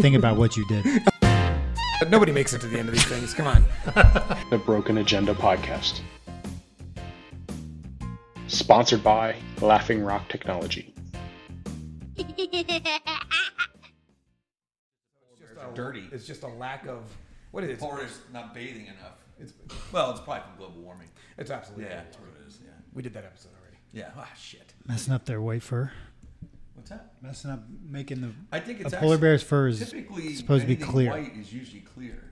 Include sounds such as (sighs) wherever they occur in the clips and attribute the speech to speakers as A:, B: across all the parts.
A: Think about what you did.
B: Nobody makes it to the end of these things. Come on.
C: the Broken Agenda podcast. Sponsored by Laughing Rock Technology.
D: dirty.
B: It's just a lack of what is it? It's,
D: Florida's not bathing enough.
B: it's,
D: Well, it's probably from global warming.
B: it's absolutely.
D: Yeah, that's what it is. Yeah.
B: We did that episode already.
D: Yeah. Ah, shit.
A: (laughs) Messing up their white fur.
D: What's that?
A: Messing up making the
D: I
A: a
D: think it's
A: polar
D: actually-
A: bear's fur is
D: typically
A: supposed to be
D: anything
A: clear.
D: White is usually clear.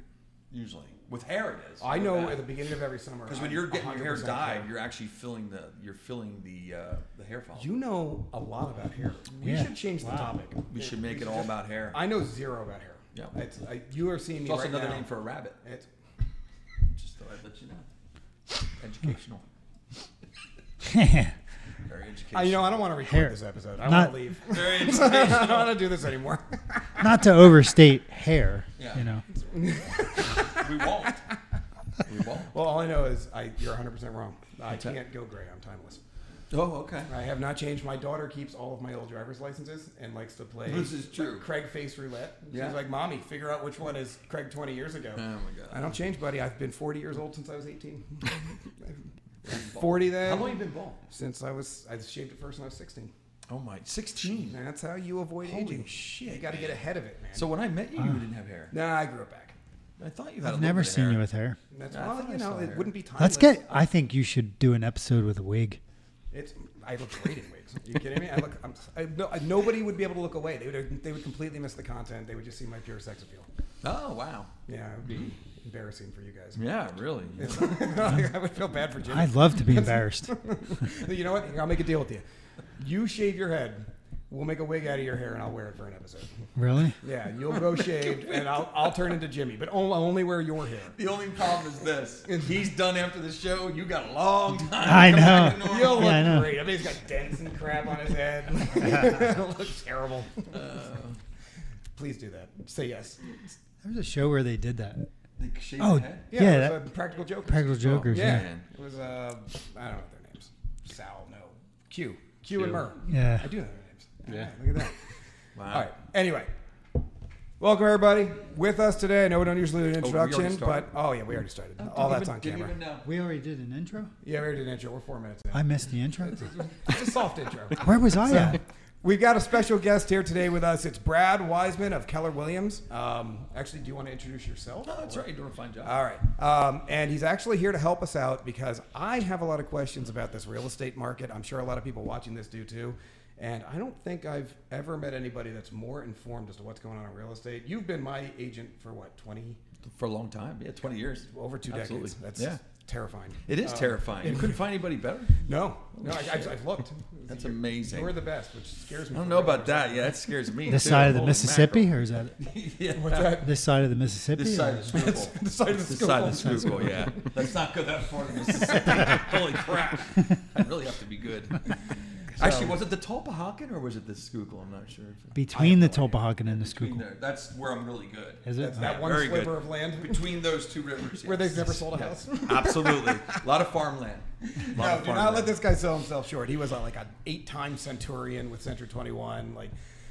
D: Usually with hair it is.
B: I know at the beginning of every summer.
D: because when
B: I'm
D: you're getting your hair
B: 100%
D: dyed,
B: clear.
D: you're actually filling the you're filling the uh, the hair follicle.
B: you know a lot about hair. We
A: Yeah.
B: should change the topic.
D: we should make it all about hair.
B: I know zero about hair.
D: Yeah.
B: It's, I, you are seeing me
D: it's also
B: right
D: another
B: now.
D: name for a rabbit.
B: It's,
D: Just thought I'd let you know. Educational. Very
B: I,
D: educational.
B: you know, I don't want to record
A: Hair.
B: this episode. I
A: Not-
B: want to leave. (laughs)
D: Very
B: I
D: educational.
B: don't want to do this
D: (laughs)
B: anymore.
A: (laughs) Not to overstate hair,
D: Yeah.
A: you know.
D: we won't. We won't.
B: well, all I know is I, you're 100% wrong. I can't go gray. I'm timeless.
D: Oh, okay.
B: I have not changed. My daughter keeps all of my old driver's licenses and likes to play.
D: This is true.
B: Craig face roulette.
D: Yeah.
B: She's like, "Mommy, figure out which one is Craig 20 years ago."
D: Oh my god.
B: I don't change, buddy. I've been 40 years old since I was
D: (laughs)
B: 18. 40 then.
D: How long you been bald?
B: Since I was, I shaved it first when I was 16.
D: Oh my, sixteen.
B: And that's how you avoid
D: Holy
B: aging.
D: shit.
B: You got to get ahead of it, man.
D: So when I met you, you didn't have hair.
B: nah, I grew it back.
D: I thought you had.
A: I've
D: a
A: never
D: little bit of
A: seen
D: hair.
A: you with hair.
B: And That's
D: I
B: well,
D: thought I
B: you
D: saw
B: know, it
D: hair.
B: wouldn't be time.
A: Let's get I think you should do an episode with a wig.
B: It's. I look great in wigs. Are you kidding me? I look. I'm, I, no, I- nobody would be able to look away. They would. They would completely miss the content. They would just see my pure sex appeal.
D: Oh wow.
B: Yeah, it would be
A: Mm-hmm.
B: embarrassing for you guys.
D: Yeah, (laughs) really.
B: (laughs) I would feel bad for Jimmy.
A: I'd love (laughs) to be embarrassed.
B: you know what? Here, I'll make a deal with you. You shave your head. We'll make a wig out of your hair, and I'll wear it for an episode.
A: Really?
B: Yeah, you'll
A: (laughs)
B: go shaved, and I'll, I'll turn into Jimmy, but only, I'll only wear your hair.
D: The only problem is this: he's done after the show. You got a (laughs) long time.
A: I
D: to come back
A: know.
D: to normal.
B: You'll look
A: Yeah, I know.
B: great. I mean, he's got dents and crap on
A: (laughs)
B: his head. (laughs) it looks terrible.
A: Uh.
B: Please do that. Say yes.
A: There was a show where they did that.
D: They shave
A: Oh,
D: your head.
B: Yeah,
A: Yeah,
B: it was
A: that-
B: uh, Practical Jokers.
A: Practical Jokers.
B: yeah.
A: Oh, yeah.
D: man.
B: It was, uh, I don't know their names. Sal, no. Q. Q, and Myrrh.
A: Yeah.
B: I do know their names.
C: Yeah.
B: All right, look at that.
D: Wow. (laughs)
B: All right. Anyway, welcome everybody. With us today, I know we don't usually do an
D: Oh, we already
B: introduction, but
D: started?
B: oh yeah, we already started. All that's on
D: Didn't
B: camera.
D: even know.
A: We already did an intro.
B: Yeah, we already did an intro. We're four minutes in.
A: I missed the intro.
B: (laughs) It's a soft intro.
A: Where was I at?
B: We've got a special guest here today with us. It's Brad Wiseman of Keller Williams. Um, actually, do you want to introduce yourself?
D: Oh, that's right. You're doing a fine job.
B: All right. Um, and he's actually here to help us out because I have a lot of questions about this real estate market. I'm sure a lot of people watching this do too. And I don't think I've ever met anybody that's more informed as to what's going on in real estate. You've been my agent for what, 20,
D: Uh, For a long time. Yeah, 20 years.
B: over two
D: Absolutely.
B: decades? That's
D: yeah.
B: terrifying.
D: It is Oh, terrifying. You couldn't find anybody better.
B: No, no, I, I've, I've
D: (laughs)
B: looked.
D: That's
B: You're-
D: amazing.
B: You're the best, which scares me.
D: I don't
B: for
D: know
B: real.
D: about that. Yeah, that scares
A: (laughs)
D: me.
A: This
D: too.
A: side of the
D: Holy
A: Mississippi,
D: mackerel.
A: or is that
D: (laughs) yeah.
A: this side of the Mississippi?
D: This side
A: or-
D: of (laughs) the Schuylkill.
B: This side of (laughs) the
D: This side of the
B: Schuylkill.
D: Schuylkill, (laughs) yeah. Let's not go that far to
B: (laughs)
D: Mississippi. Holy crap. I'd really have to be good. Actually, was it the Tolpahawken or was it the Schuylkill? I'm not sure.
A: between the Topahawken and the
D: Between
A: Schuylkill.
D: there. That's where I'm really good.
A: Is it?
B: That's that
D: Yeah,
B: one
D: very
B: sliver
D: good.
B: of land
D: Between those two rivers.
B: where
D: yes.
B: they've
D: (laughs)
B: never sold a
D: Yes.
B: house. (laughs)
D: Absolutely. A lot of farmland. A lot
B: No,
D: of
B: do not let
D: farmland.
B: this guy sell himself short. He was uh, like an eight-time Centurion with Century 21. Like,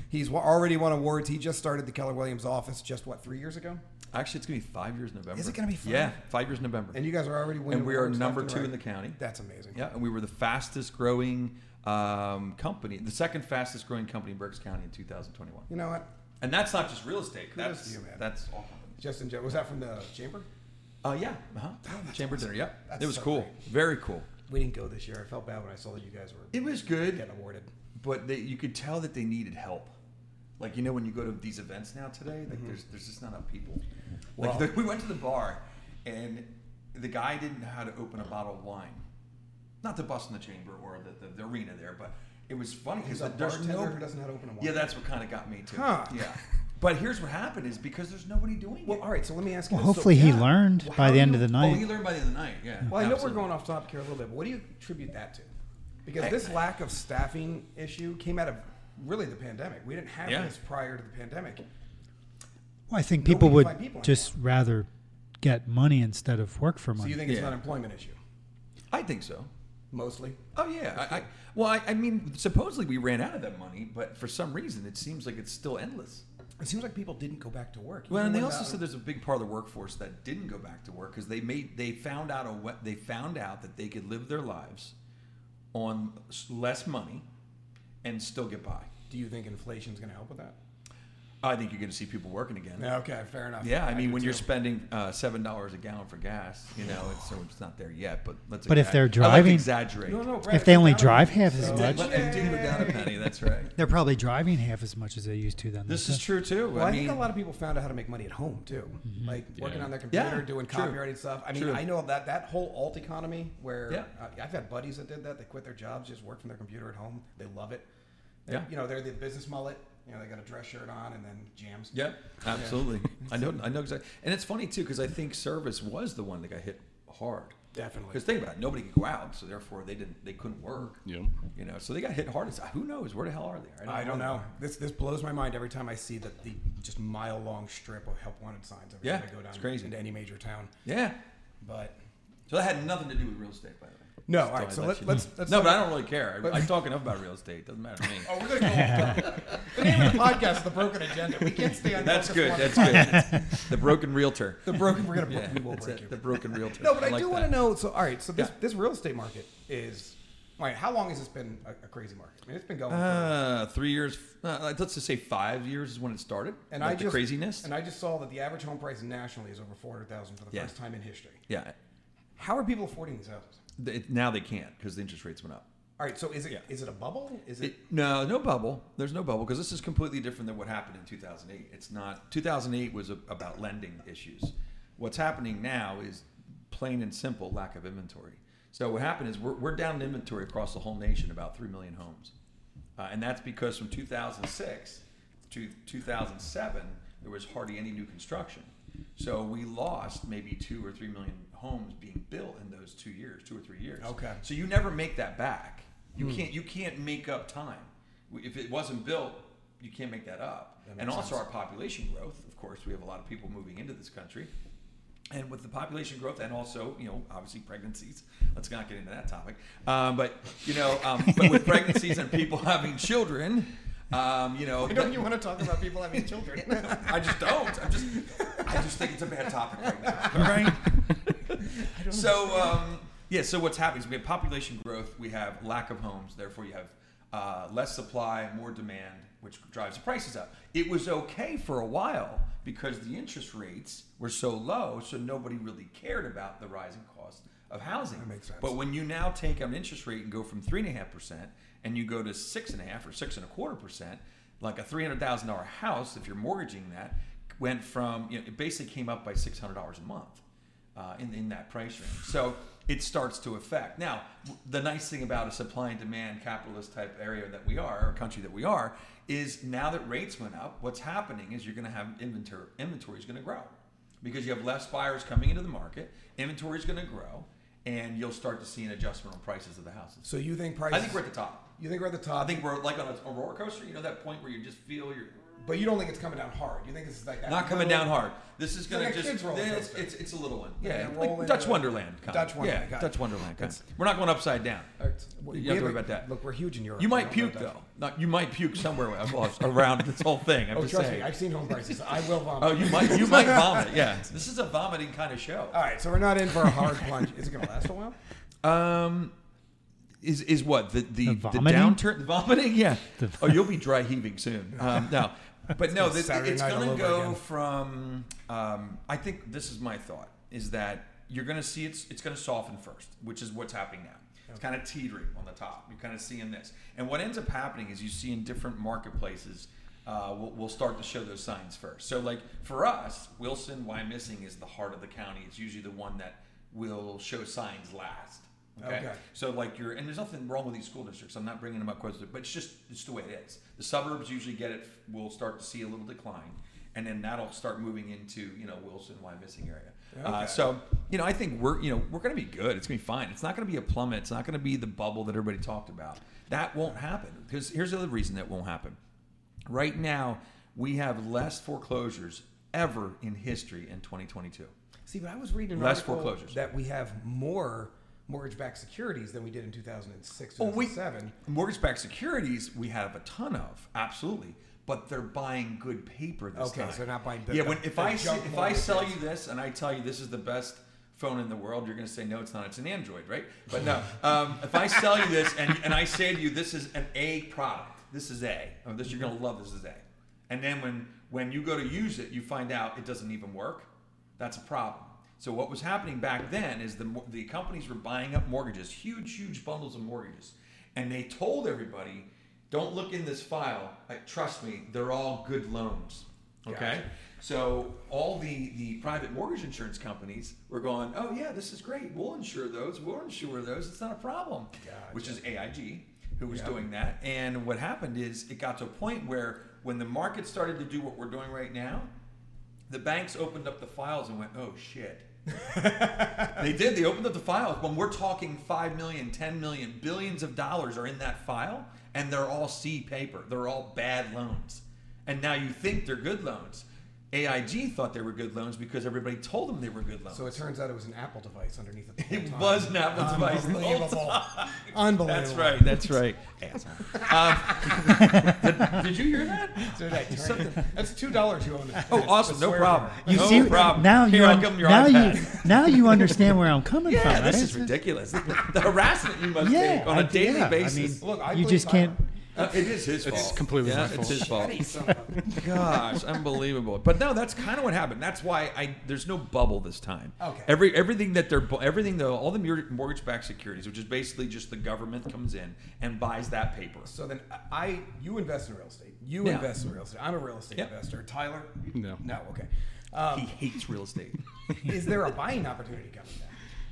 B: he's wa- already won awards. He just started the Keller Williams office just what three years ago,
D: Actually, it's going to be five years in November.
B: Is it gonna be five?
D: Yeah, five years in November.
B: and you guys are already winning.
D: and we are
B: awards left
D: number
B: and
D: two
B: right.
D: in the county.
B: That's amazing.
D: Yeah, and we were the fastest growing um, company, the second fastest growing company in Berks County in 2021.
B: You know what?
D: And that's not just real estate.
B: Kudos
D: that's
B: to you, man.
D: that's all companies.
B: Justin, Jo- was that from the chamber?
D: Uh, yeah, uh-huh. chamber dinner. Yep,
B: That's
D: it was
B: so
D: cool.
B: great.
D: Very cool.
B: We didn't go this year. I felt bad when I saw that you guys were
D: It was good,
B: getting awarded.
D: but they, you could tell that they needed help. Like you know, when you go to these events now today, like there's there's just not enough people. Like
B: Well-
D: (laughs) the, we went to the bar, and the guy didn't know how to open a bottle of wine. Not the bus in the chamber or the, the, the arena there, but it was funny
B: He's
D: because
B: a
D: there's
B: bartender
D: no
B: who doesn't know how to open a wine.
D: Yeah, that's what kind of got me too.
B: Huh.
D: Yeah. But here's what happened is because there's nobody doing
B: Well,
D: it.
B: all right. So let me ask you.
A: Well,
B: this. So-
A: hopefully he
B: yeah.
A: learned
D: Well,
A: by
D: how
A: the
D: do
A: end
D: you-
A: of the
D: Oh, you
A: night.
D: learn by the end of the night. Yeah.
B: Well, I know
D: absolutely.
B: we're going off topic here a little bit, but what do you attribute that to? Because
D: I-
B: this lack of staffing issue came out of really the pandemic. We didn't have
D: Yeah.
B: this prior to the pandemic.
A: Well, I think people
B: Nobody
A: would
B: find people
A: just rather get money instead of work for
B: So
A: money.
B: you think it's an
D: Yeah.
B: unemployment issue,
D: I think so.
B: mostly?
D: Oh yeah. I, I well, I, I mean, supposedly we ran out of that money, but for some reason it seems like it's still endless.
B: It seems like people didn't go back to work.
D: Well, and they
B: Even
D: also
B: when, uh,
D: said there's a big part of the workforce that didn't go back to work because they made they found out a wa- they found out that they could live their lives on s- less money and still get by.
B: Do you think inflation's going to help with that?
D: I think you're going to see people working again.
B: Yeah, Okay, fair enough.
D: Yeah, I mean
B: do
D: when you're
B: too.
D: spending uh, seven dollars a gallon for gas, you know, it's, so it's not there yet. But let's.
A: But if
D: exa-
A: they're
D: I like to
A: driving-
D: exaggerate.
B: No, no, Brad,
A: If they only
B: down a
A: drive
B: penny,
A: half as
B: so-
A: much.
D: But they do go down a penny.
B: (laughs)
D: That's right.
A: They're probably driving half as much as they used to then.
D: This is true too.
B: Well, I,
D: I mean,
B: think a lot of people found out how to make money at home too, like working
E: Yeah.
B: on their computer,
D: Yeah,
B: doing
D: true.
B: copywriting stuff. I mean,
D: True.
B: I know that that whole alt economy where
D: Yeah.
B: uh, I've had buddies that did that. They quit their jobs, just work from their computer at home. They love it. They-
D: Yeah.
B: you know, they're the business mullet. You know, they got a dress shirt on and then jams.
D: Yeah, absolutely.
B: (laughs)
D: I know. I know exactly. And it's funny too because I think service was the one that got hit hard.
B: Definitely.
D: Because think about it, nobody could go out, so therefore they didn't. They couldn't work.
E: Yep.
D: You know, so they got hit hardest. Who knows where the hell are they?
B: I don't know. This this blows my mind every time I see that the just mile long strip of help wanted signs every
D: Yeah,
B: time I go down
D: it's crazy.
B: into any major town.
D: Yeah.
B: But
D: So that had nothing to do with real estate, by the way.
B: no,
D: Just
B: all
D: thought
B: right.
D: I'd
B: So
D: let
B: let,
D: you know.
B: let's let's
D: no, but I don't really care.
B: but-
D: I, I talk enough about real estate. Doesn't matter to me.
B: (laughs) Oh, we're gonna go. the name of the podcast is the Broken Agenda. We can't stay on.
D: That's
B: focus
D: good.
B: one- (laughs)
D: That's good. the broken realtor.
B: The broken.
D: (laughs)
B: We're gonna.
D: Yeah,
B: we will
D: that's
B: break
D: it.
B: you.
D: The broken realtor.
B: No, but I,
D: like
B: do want
D: that.
B: to know. So, all right. So this
D: Yeah.
B: this real estate market is. Like, how long has this been a, a crazy market? I mean, it's been going. for,
D: Uh, three years. Uh, let's just say five years is when it started.
B: and
D: like
B: I
D: the
B: just
D: craziness.
B: And I just saw that the average home price nationally is over four hundred thousand for the
D: Yeah.
B: first time in history.
D: yeah.
B: How are people affording these houses?
D: It, now they can't because the interest rates went up.
B: All right. So is it is it a bubble? Is it? (laughs)
D: It, no, no bubble. There's no bubble because this is completely different than what happened in 2008. It's not. 2008 was a, about lending issues. What's happening now is plain and simple lack of inventory. So what happened is we're, we're down in inventory across the whole nation, about three million homes, uh, and that's because from 2006 to 2007 there was hardly any new construction. So we lost maybe two or three million homes being built in those two years, two or three years.
B: Okay.
D: So you never make that back. You can't. You can't make up time. If it wasn't built, you can't make that up. and also our population growth. Of course, we have a lot of people moving into this country, and with the population growth, and also you know obviously pregnancies. Let's not get into that topic. Um, but you know, um, but with pregnancies and people having children, um, you know,
B: I know you want to talk about people having children.
D: (laughs) I just don't. I'm just. I just think it's a bad topic right now. All right. So um, yeah. So what's happening is we have population growth. We have lack of homes. Therefore, you have uh, less supply, more demand, which drives the prices up. It was okay for a while because the interest rates were so low, so nobody really cared about the rising cost of housing. That
B: makes sense.
D: But when you now take out an interest rate and go from three and a half percent and you go to six and a half or six and a quarter percent, like a three hundred thousand dollar house, if you're mortgaging that, went from you know it basically came up by six hundred dollars a month uh, in in that price range. So it starts to affect. Now, w- the nice thing about a supply and demand capitalist type area that we are, or country that we are, is now that rates went up, what's happening is you're going to have inventory inventory is going to grow because you have less buyers coming into the market. Inventory is going to grow, and you'll start to see an adjustment on prices of the houses.
B: so you think prices?
D: I think we're at the top.
B: You think we're at the
D: I
B: top?
D: think we're like on a, a roller coaster. You know that point where you just feel you're
B: but you don't think it's coming down hard. You think this is like that
D: not coming
B: little-
D: down hard. This is going
B: like a
D: to just
B: kid's roller
D: it's,
B: coaster.
D: it's it's a little one.
B: Yeah,
D: Yeah,
B: roll into
D: like Dutch
B: it.
D: Wonderland. Kind
B: Dutch Wonderland,
D: Yeah,
B: got
D: Dutch
B: it.
D: Wonderland. Kind.
B: That's-
D: We're not going upside down.
B: All right, well,
D: You
B: we
D: have to
B: have
D: worry
B: a-
D: about that.
B: Look, we're huge in Europe.
D: You
B: We don't
D: might
B: know
D: puke
B: about Dutch.
D: though. Not, you might puke somewhere I've lost around this whole thing. I'm
B: Oh,
D: just
B: trust
D: saying.
B: me, I've
D: (laughs)
B: seen home prices. I will vomit.
D: oh, you might you
B: (laughs)
D: might vomit. Yeah, this is a vomiting kind of show.
B: All right, so we're not in
D: (laughs)
B: for a hard plunge. Is it going to last a while?
D: Um, is is what the the, the,
A: vomiting?
D: downturn the vomiting? Yeah. oh, you'll be dry heaving soon. Um, no, but no, this,
B: Saturday
D: it's
B: night all
D: going to
B: over
D: go
B: again.
D: from. Um, I think this is my thought is that you're going to see it's it's going to soften first, which is what's happening now. It's kind of teetering on the top. You're kind of seeing this, and what ends up happening is you see in different marketplaces. Uh, will will start to show those signs first. So, like for us, Wilson, why missing is the heart of the county. It's usually the one that will show signs last.
B: Okay.
D: okay. So like you're, and there's nothing wrong with these school districts. I'm not bringing them up, because- but it's just it's the way it is. The suburbs usually get it. We'll start to see a little decline, and then that'll start moving into you know Wilson, Why Missing area. Uh,
B: Okay.
D: so you know, I think we're you know we're going to be good. It's going to be fine. It's not going to be a plummet. It's not going to be the bubble that everybody talked about. That won't happen because here's the other reason that won't happen. Right now, we have less foreclosures ever in history in 2022.
B: See, but I was reading an
D: Less
B: article
D: foreclosures.
B: that we have more mortgage-backed securities than we did in 2006,
D: Oh, we
B: 2007.
D: mortgage-backed securities we have a ton of, absolutely. but they're buying good paper this
B: Okay,
D: time.
B: so they're not buying the-
D: Yeah, when,
B: the-
D: if
B: the
D: I se-
B: junk
D: if I
B: mortgages.
D: sell you this and I tell you this is the best phone in the world, you're going to say no, it's not. It's an Android, right? But no, um, if I sell you this and and I say to you this is an A product, this is A, or this you're going to love, this is A, and then when when you go to use it, you find out it doesn't even work. That's a problem. So what was happening back then is the mo- the companies were buying up mortgages, huge huge bundles of mortgages, and they told everybody, don't look in this file. Like, trust me, they're all good loans. Okay.
B: Gotcha.
D: So all the the private mortgage insurance companies were going, oh yeah, this is great. We'll insure those. We'll insure those. It's not a problem. Which is AIG who was doing that. And what happened is it got to a point where when the market started to do what we're doing right now, the banks opened up the files and went, oh shit. (laughs) they did. They opened up the files. When we're talking 5 million, 10 million, billions of dollars are in that file, and they're all C paper. They're all bad loans. And now you think they're good loans. AIG thought they were good loans because everybody told them they were good loans.
B: So it turns out it was an Apple device underneath it. the whole
D: (laughs) it
B: time.
D: was an Apple device. the whole
B: Unbelievable.
D: time.
B: Unbelievable.
D: That's (laughs) right. That's right.
A: (laughs)
D: Asshole. Um, did, did you hear that?
B: So that turned- That's two dollars you own. it.
D: (laughs) Oh, awesome. No
B: Swear
D: problem.
B: to
A: You
D: no
A: see
D: problem.
A: now
D: Here,
A: you
D: I'll
A: un-
D: give 'em your
A: now
D: iPad.
A: you now
D: (laughs)
A: you understand where I'm coming
D: Yeah,
A: from.
D: this
A: That's-
D: is ridiculous. The, the harassment you must
A: Yeah,
D: take on
A: I-
D: a daily
A: yeah, I
D: basis.
A: mean-
B: Look, I
A: You
B: blame
A: just
B: Tyler.
A: can't-
D: Uh, it is his fault.
E: completely
D: yeah, it's
E: my fault.
D: his fault.
B: Hey, son of a-
D: Gosh, unbelievable. But no, that's kind of what happened. That's why I there's no bubble this time.
B: Okay.
D: Every everything that they're bu- everything though all the mortgage backed securities, which is basically just the government comes in and buys that paper.
B: So then I, you invest in real estate. You
D: Yeah.
B: invest in real estate. I'm a real estate
D: Yep.
B: investor. Tyler?
E: No.
B: No, okay. Um,
D: He hates real estate.
B: is there a buying opportunity coming back?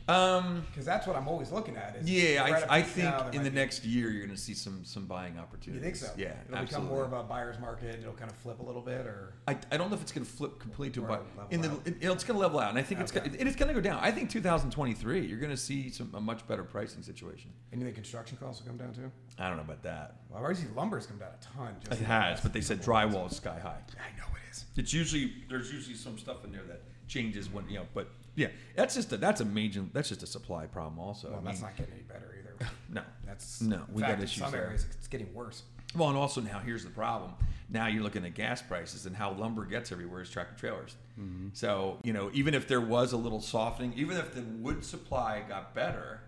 D: um.
B: Because that's what I'm always looking at. Is
D: Yeah,
B: we're at a
D: I, I
B: peak
D: think
B: now, there
D: in
B: might
D: the
B: be-
D: next year you're going to see some some buying opportunities.
B: You think so?
D: Yeah,
B: It'll
D: absolutely.
B: become more of a buyer's market. It'll kind of flip a little bit, or
D: I, I don't know if it's going to flip completely to a
B: Or
D: buy.
B: level
D: In the,
B: out.
D: it, it's going to level out, and I think it's
B: Okay.
D: gonna, it's going to go down. I think 2023, you're going to see some a much better pricing situation.
B: and you think construction costs will come down too?
D: I don't know about that.
B: Well, I've already seen lumber's come down a ton. Just
D: It
B: in the
D: has,
B: last
D: but they said
B: couple of
D: drywall is sky high.
B: months. I know it is.
D: It's usually there's usually some stuff in there that changes when you know. But yeah, that's just a, that's a major that's just a supply problem also.
B: Well,
D: I
B: that's
D: mean,
B: not getting any better either.
D: (laughs) no,
B: That's
D: no.
B: in
D: We
B: fact,
D: got
B: in
D: issues
B: Some
D: there.
B: areas it's getting worse.
D: Well, and also now here's the problem. Now you're looking at gas prices and how lumber gets everywhere is tractor trailers.
B: Mm-hmm.
D: So, you know, even if there was a little softening, even if the wood supply got better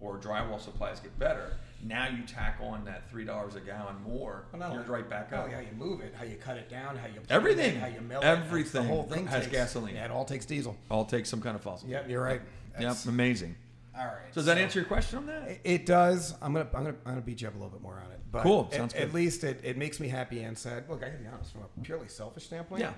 D: or drywall supplies get better, now you tack on that $3 a gallon more,
B: Well, not
D: you're
B: only- Oh,
D: right back
B: not
D: up.
B: only how you move it, how you cut it down, how you plant it,
D: Everything.
B: how you mill it,
D: Everything
B: the whole thing
D: has
B: takes-
D: gasoline.
B: Yeah, it all takes diesel.
D: I'll take some kind of fossil.
B: Yep, you're right.
D: Yep,
B: That's-
D: amazing.
B: All right.
D: So does that answer your question on that?
B: It does. I'm gonna I'm gonna I'm gonna beat you up a little bit more on it. But
D: Cool,
B: at-
D: sounds
B: At
D: good.
B: least it, it makes me happy and sad. Look, I can be honest from a purely selfish standpoint.
D: Yeah.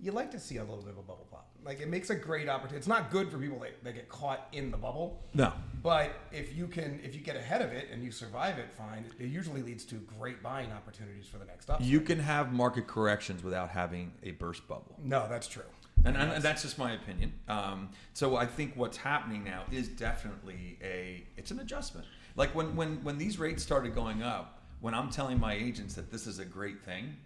B: You like to see a little bit of a bubble pop. Like it makes a great opportunity. It's not good for people that, that get caught in the bubble.
D: No.
B: But if you can if you get ahead of it and you survive it, fine. It usually leads to great buying opportunities for the next up.
D: You can have market corrections without having a burst bubble.
B: no, that's true.
D: and, and that's just my opinion. Um, so I think what's happening now is definitely a it's an adjustment. Like when when when these rates started going up, when I'm telling my agents that this is a great thing,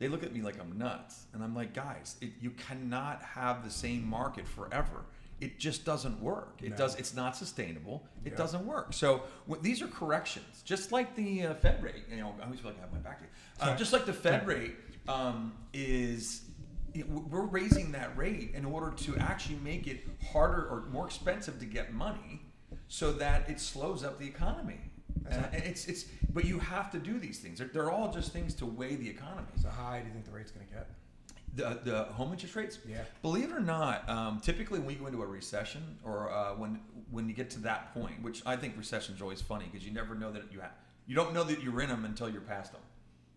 D: they look at me like I'm nuts, and I'm like, guys, it, you cannot have the same market forever. It just doesn't work. It does. It's not sustainable. It doesn't work. So wh- these are corrections, just like the uh, Fed rate. You know, I always feel like I have my back to you. Uh, just like the Fed rate um, is it- we're raising that rate in order to actually make it harder or more expensive to get money so that it slows up the economy. And it's it's but you have to do these things. They're, they're all just things to weigh the economy.
B: So how high do you think the rate's gonna get?
D: The, the home interest rates.
B: Yeah.
D: Believe it or not, um, typically when you go into a recession or uh, when when you get to that point, which I think recessions are always funny because you never know that you have you don't know that you're in them until you're past them.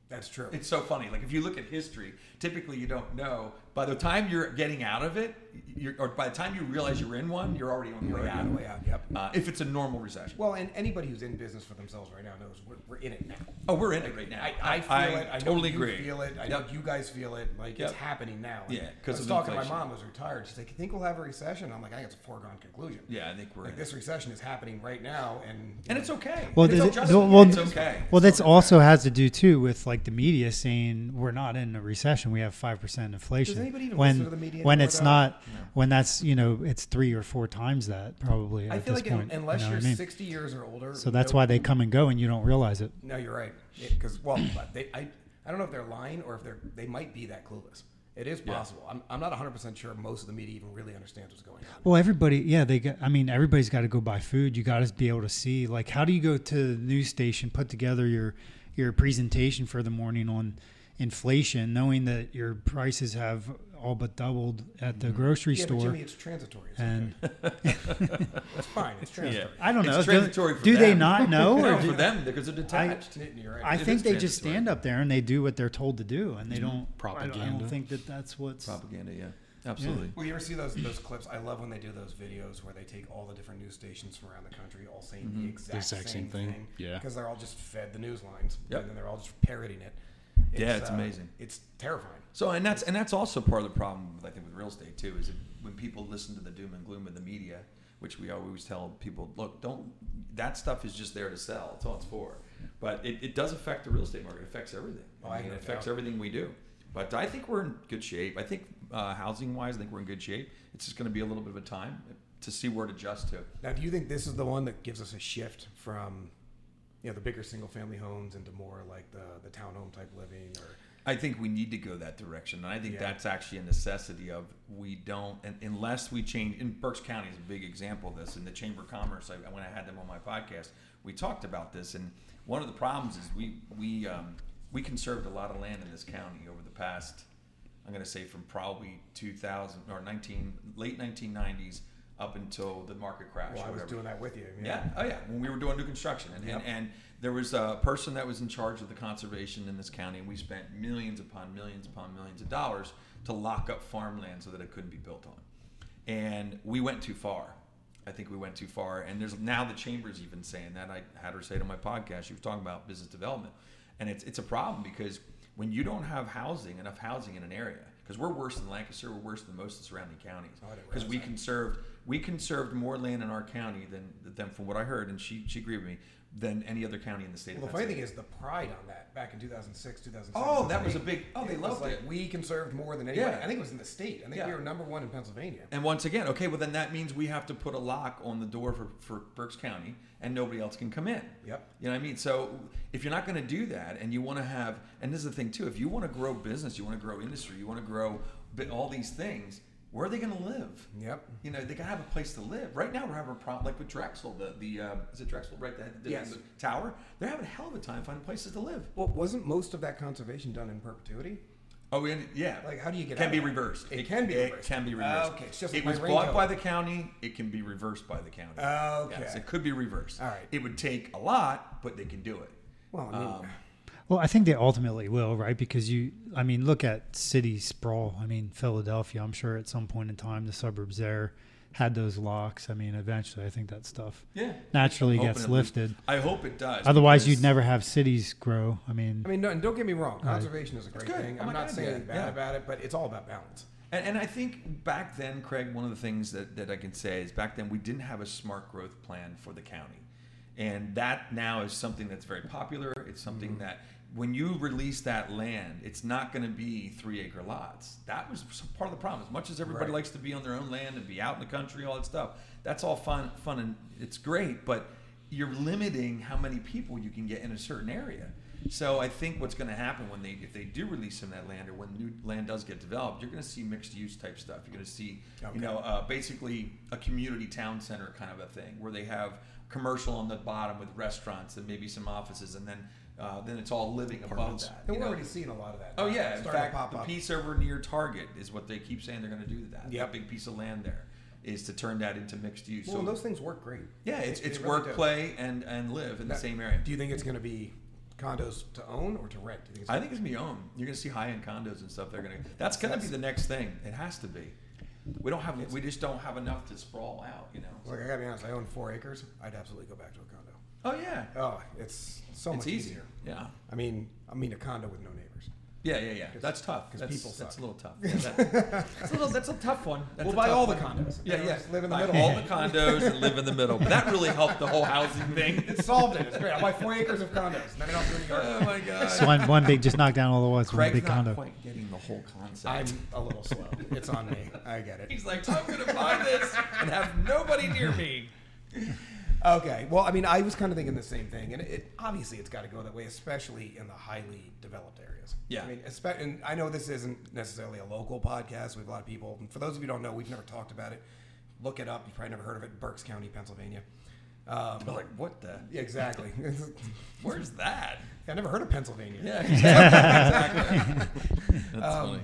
B: That's true.
D: It's so funny. Like if you look at history, typically you don't know. By the time you're getting out of it, you're, or by the time you realize you're in one, you're already on the way
B: Way
D: out.
B: out, way out. Yep.
D: Uh, if it's a normal recession.
B: Well, and anybody who's in business for themselves right now knows we're, we're in it now.
D: oh, we're in it right now.
B: I, I feel it. I
D: totally
B: know you
D: agree.
B: Feel it. I
D: Yep.
B: know you guys feel it. Like
D: Yep.
B: it's happening now. Like,
D: Yeah, 'cause
B: I was
D: of
B: talking to my
D: inflation.
B: mom who's retired. She's like, "You think we'll have a recession?" I'm like, "I think it's a foregone conclusion."
D: Yeah, I think we're
B: Like
D: in. It.
B: this recession is happening right now, and
D: And it's okay.
A: Well,
D: it's,
A: there's-
D: adjustment.
A: well,
D: it's
A: th-
D: okay.
A: Well,
D: It's
A: that's
D: okay.
A: also has to do too with like the media saying we're not in a recession. We have five percent inflation.
B: anybody even
A: when
B: listen to the media
A: when
B: anymore,
A: it's
B: though?
A: not when that's you know it's three or four times that probably.
B: I
A: at
B: feel
A: this
B: like
A: point,
B: un- unless
A: you know
B: are
A: what I mean?
B: 60 years or older,
A: So that's
B: no-
A: why they come and go, and you don't realize it.
B: No, you're right. Because well, (clears throat) but they, I I don't know if they're lying or if they're they might be that clueless. It is possible. I'm, I'm not 100% sure most of the media even really understands what's going on.
A: Well, everybody, yeah, they got. I mean, everybody's got to go buy food. You got to be able to see, like, how do you go to the news station, put together your your presentation for the morning on inflation, knowing that your prices have all but doubled at the grocery
B: Yeah, but
A: store?
B: Jimmy, it's transitory. It's,
A: and
B: okay.
A: (laughs)
B: it's fine. It's transitory.
A: I don't
D: It's
A: know. Do,
D: transitory for
A: do they
D: them.
A: not
D: (laughs)
A: know?
D: No,
A: Or
D: for
A: do,
D: them because they're detached.
B: Nitin, You're right.
A: I
D: It
A: think
D: is
A: they just
D: transitory.
A: stand up there and they do what they're told to do, and they don't I don't, I
E: Propaganda.
A: don't think that that's what's.
D: Propaganda, yeah, absolutely.
B: Well, you ever see those those clips? I love when they do those videos where they take all the different news stations from around the country, all saying the exact,
E: exact
B: same,
E: same thing. Yeah.
B: because they're all just fed the news lines,
D: Yep.
B: and then they're all just parroting it.
D: Yeah, it's amazing.
B: It's terrifying.
D: So, and that's and that's also part of the problem, with, I think, with real estate too, is that when people listen to the doom and gloom of the media, which we always tell people, look, don't that stuff is just there to sell. That's all it's for. But it, it does affect the real estate market. It affects everything.
B: Oh, I
D: I mean,
B: no
D: it affects
B: doubt.
D: everything we do. But I think we're in good shape. I think uh, housing wise, I think we're in good shape. It's just going to be a little bit of a time to see where to adjust to.
B: Now, do you think this is the one that gives us a shift from, you know, the bigger single family homes into more like the the townhome type living, or
D: I think we need to go that direction, and I think
B: Yeah.
D: that's actually a necessity of we don't and unless we change. In Berks County is a big example of this. In the Chamber of Commerce, I, when I had them on my podcast, we talked about this, and one of the problems is we we um, we conserved a lot of land in this county over the past. I'm going to say from probably 2000 or 19 late 1990s up until the market crash.
B: well,
D: or
B: I was
D: whatever.
B: doing that with you. you know?
D: Yeah. Oh, yeah. When we were doing new construction, and,
B: Yep.
D: and and there was a person that was in charge of the conservation in this county, and we spent millions upon millions upon millions of dollars to lock up farmland so that it couldn't be built on. And we went too far. I think we went too far. And there's now the chamber's even saying that. I had her say it on my podcast. She was talking about business development, and it's it's a problem because when you don't have housing, enough housing in an area, because we're worse than Lancaster, we're worse than most of the surrounding counties,
B: Oh, I didn't
D: because we
B: realize that.
D: conserved we conserved more land in our county than than from what I heard, and she she agreed with me than any other county in the state.
B: Well, the
D: of
B: funny thing
D: Pennsylvania.
B: is the pride on that back in 2006, 2007.
D: Oh, that was a
B: 2008,
D: big- oh, they
B: was
D: loved
B: like
D: it.
B: We conserved more than anybody.
D: Yeah.
B: I think it was in the state. I think we
D: Yeah.
B: were number one in Pennsylvania.
D: and once again, okay, well then that means we have to put a lock on the door for for Berks County, and nobody else can come in.
B: Yep.
D: You know what I mean? So if you're not going to do that, and you want to have, and this is the thing too, if you want to grow business, you want to grow industry, you want to grow bi- all these things, where are they going to live?
B: Yep.
D: You know, they gotta have a place to live. Right now, we're having a problem, like with Drexel. The the um, is it Drexel? Right, the, the,
B: Yes.
D: the tower. They're having a hell of a time finding places to live.
B: Well, wasn't most of that conservation done in perpetuity?
D: Oh, and yeah.
B: Like, how do you get
D: Can
B: out
D: be
B: of that?
D: reversed.
B: It can be
D: It
B: reversed.
D: can be
B: Ah,
D: reversed.
B: okay. It's just
D: it
B: like
D: was
B: my
D: bought
B: raincoat.
D: by the county. It can be reversed by the county.
B: Ah, Okay.
D: Yes, it could be reversed.
B: All right.
D: It would take a lot, but they can do it.
B: Well, I mean,
D: Um,
A: Well, I think they ultimately will, right? Because you, I mean, look at city sprawl. I mean, Philadelphia, I'm sure at some point in time, the suburbs there had those locks. I mean, eventually, I think that stuff
D: Yeah.
A: naturally
D: I'm hoping
A: gets
D: it lifts.
A: lifted.
D: I hope it does.
A: Otherwise,
D: because-
A: you'd never have cities grow. I mean,
B: I mean, no, and don't get me wrong. Conservation is a great
D: good.
B: thing.
D: Oh
B: I'm
D: my
B: not
D: God,
B: saying
D: yeah,
B: anything bad
D: yeah.
B: about it, but it's all about balance.
D: And, and I think back then, Craig, one of the things that, that I can say is back then we didn't have a smart growth plan for the county. And that now is something that's very popular. It's something that when you release that land, it's not going to be three acre lots. That was part of the problem. As much as everybody
B: Right.
D: likes to be on their own land and be out in the country, all that stuff, that's all fun, fun and it's great. But you're limiting how many people you can get in a certain area. So I think what's going to happen when they if they do release some of that land or when new land does get developed, you're going to see mixed use type stuff. You're going to see
B: Okay.
D: you know uh, basically a community town center kind of a thing where they have commercial on the bottom with restaurants and maybe some offices and then uh, then it's all living above that.
B: And
D: you
B: we're
D: know?
B: already seeing a lot of that.
D: Oh
B: now.
D: yeah,
B: It's
D: in
B: starting to
D: fact,
B: pop
D: the
B: up.
D: piece over near Target is what they keep saying they're going to do to that.
B: Yep.
D: That big piece of land there is to turn that into mixed use.
B: Well,
D: so
B: and those things work great.
D: yeah, it's
B: They-
D: it's
B: they really
D: work,
B: do.
D: play, and and live in
B: Now,
D: the same area.
B: Do you think it's going to be condos to own or to rent? Do you think it's
D: I think it's gonna be owned. You're gonna see high end condos and stuff. They're gonna. That's gonna be the next thing. It has to be. We don't have. We just don't have enough to sprawl out. You know.
B: Like I gotta be honest, I own four acres. I'd absolutely go back to a condo.
D: Oh yeah.
B: Oh, it's so
D: It's
B: much
D: easier.
B: easier.
D: Yeah.
B: I mean, I mean a condo with no neighbors.
D: Yeah, yeah, yeah. That's tough.
B: 'cause
D: That's,
B: people
D: that's
B: suck.
D: a little
B: (laughs)
D: tough. Yeah, that- that's, a little, that's a tough one. That's
B: We'll
D: a
B: buy
D: tough
B: all the
D: one.
B: condos.
D: Yeah,
B: We'll
D: yeah.
B: just live in the
D: Buy
B: middle.
D: All the condos and live in the middle. But that really helped the whole housing thing.
B: It (laughs) solved it. (laughs) It's great. I buy four acres of condos, and then I don't do any
D: oh
B: yard.
D: my
A: it's
D: god.
A: one, one big, just knock down all the walls, one
D: Craig's
A: big
D: not
A: condo.
D: quite getting the whole concept.
B: I'm a little slow. It's on me. I get it.
D: He's like, I'm gonna buy this and have nobody near me.
B: Okay. Well, I mean, I was kind of thinking the same thing, and it obviously it's got to go that way, especially in the highly developed areas.
D: Yeah.
B: I mean, espe- and I know this isn't necessarily a local podcast. We have a lot of people, and for those of you who don't know, we've never talked about it. Look it up. You've probably never heard of it. Berks County, Pennsylvania. Um,
D: I'm like, what the?
B: yeah, (laughs) exactly.
D: Where's that?
B: I never heard of Pennsylvania. (laughs)
D: Yeah, exactly. That's
B: Um,
D: funny.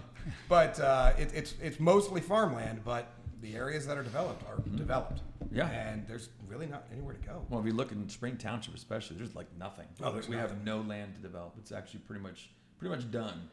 B: But uh, it, it's it's mostly farmland, but the areas that are developed are developed.
D: Mm-hmm. Yeah.
B: And there's really not anywhere to go.
D: Well, if you look in Spring Township, especially, there's like nothing.
B: Oh, there's
D: we have
B: nothing.
D: no land to develop. It's actually pretty much pretty much done.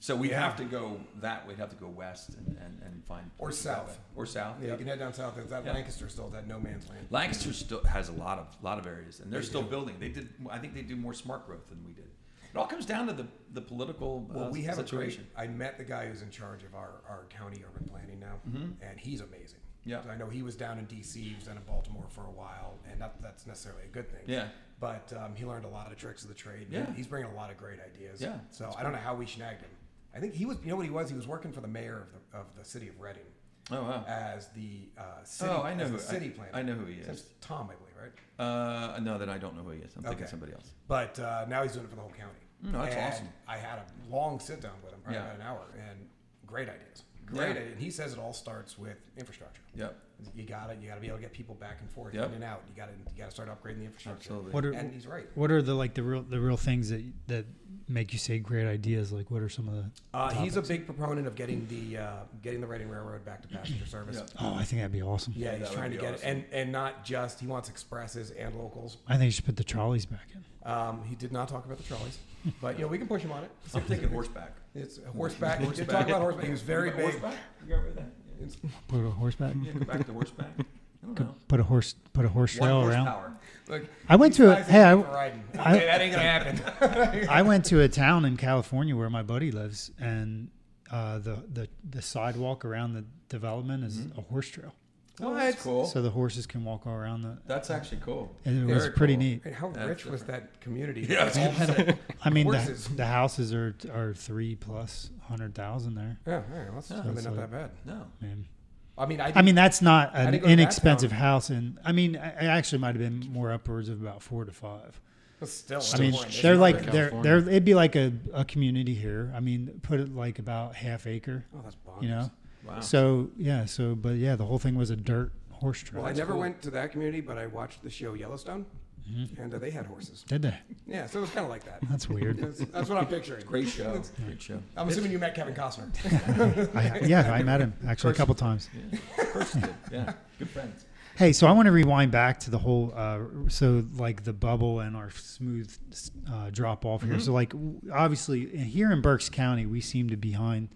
D: So we
B: Yeah.
D: have to go that. We'd have to go west and, and, and find
B: Or
D: places that
B: south.
D: way. or south.
B: Yeah, you can head down south. There's that
D: Yeah.
B: Lancaster still, that no man's land.
D: Lancaster still has a lot of lot of areas, and they're still building. They did. I think they do more smart growth than we did. It all comes down to the the political uh,
B: Well, we have
D: situation.
B: a great. I met the guy who's in charge of our, our county urban planning now, and he's amazing.
D: Mm-hmm. Yeah.
B: I know he was down in D.C. He was down in Baltimore for a while, and not that that's necessarily a good thing.
D: Yeah.
B: But um, he learned a lot of tricks of the trade.
D: Yeah.
B: He's bringing a lot of great ideas.
D: Yeah,
B: So I don't know how we snagged him. I think he was. You know what he was? He was working for the mayor of the of the city of Reading
D: oh wow.
B: as the uh, city.
D: Oh, I know
B: as
D: who-
B: the city
D: I-
B: planner.
D: I know who he
B: His
D: is.
B: name's Tom, I believe, right?
D: Uh, no, then I don't know who he is. I'm thinking
B: Okay.
D: somebody else.
B: But uh, now he's doing it for the whole county.
D: Mm, that's
B: And
D: awesome.
B: I had a long sit down with him, probably
D: Yeah.
B: about an hour, and great ideas. Great
D: Yeah.
B: idea. And he says it all starts with infrastructure.
D: Yep.
B: You got to You got to be able to get people back and forth,
D: Yep.
B: in and out. You got to. You got to start upgrading the infrastructure.
D: Absolutely.
A: What are
B: And he's right.
A: what are the like the real the real things that that make you say great ideas? Like what are some of the?
B: Uh, he's a big proponent of getting the uh, getting the Reading Railroad back to passenger service.
D: Yeah.
A: Oh, I think that'd be awesome.
B: Yeah,
D: that
B: he's
D: would
B: trying to
D: be
B: get
D: awesome.
B: it, and and not just he wants expresses and locals.
A: I think you should put the trolleys back in.
B: Um, he did not talk about the trolleys, but you know we can push him on it.
D: I'm thinking horseback.
B: It's horseback. He did talk about horseback. He was very
D: Remember
B: big.
D: Horseback? You got rid of that? Yeah.
B: It's-
A: Put a horseback.
D: Yeah, go back
B: (laughs)
D: to horseback. I don't know.
A: Put a horse. Put a horse
D: One
A: trail around.
D: horsepower.
B: Look,
A: I went
B: these
A: to a-
B: guys
A: hey,
B: ain't
A: I-
B: for riding.
A: I-
B: Okay, that ain't gonna (laughs) happen.
A: I went to a town in California where my buddy lives, and uh, the, the the sidewalk around the development is
B: Mm-hmm.
A: a horse trail,
D: Oh, that's
B: What?
D: cool.
A: so the horses can walk all around the.
D: That's actually cool.
A: And it was
D: Very
A: pretty
D: cool.
B: (laughs)
A: neat.
B: Wait, how
D: That's
B: rich was that community?
D: Yeah, that's what I'm saying.
A: (laughs) I mean,
B: Horses.
A: the, the houses are are three plus hundred thousand there.
B: Yeah, all right, well, that's really not that bad.
D: No.
A: Man.
B: I mean, I,
A: I mean, that's not
B: didn't
A: an
B: go to that
A: inexpensive
B: town.
A: house, and I mean, I- it actually might have been more upwards of about four to five.
B: but still,
A: I mean,
B: California,
A: they're
B: it's
A: like
B: not
A: they're
E: California.
A: they're it'd be like a, a community here. I mean, put it like about half acre,
B: Oh, that's bonkers.
A: you know.
D: Wow.
A: So yeah, so but yeah, the whole thing was a dirt horse trail.
B: Well, I never went to that community, but I watched the show Yellowstone, and uh, they had horses.
A: Did they?
B: Yeah, so it was kind of like that.
A: Mm-hmm.
B: (laughs)
A: That's weird.
B: That's, that's what I'm picturing.
D: Great show.
B: (laughs)
D: Great show.
B: I'm assuming you met Kevin
A: (laughs)
B: Costner.
A: I, yeah, I met him actually a couple times.
D: Yeah. Of course you did. Yeah. Good friends.
A: Hey, so I want to rewind back to the whole, uh, so like the bubble and our smooth uh, drop off
D: Mm-hmm.
A: here. So like w- obviously here in Berks County, we seem to be behind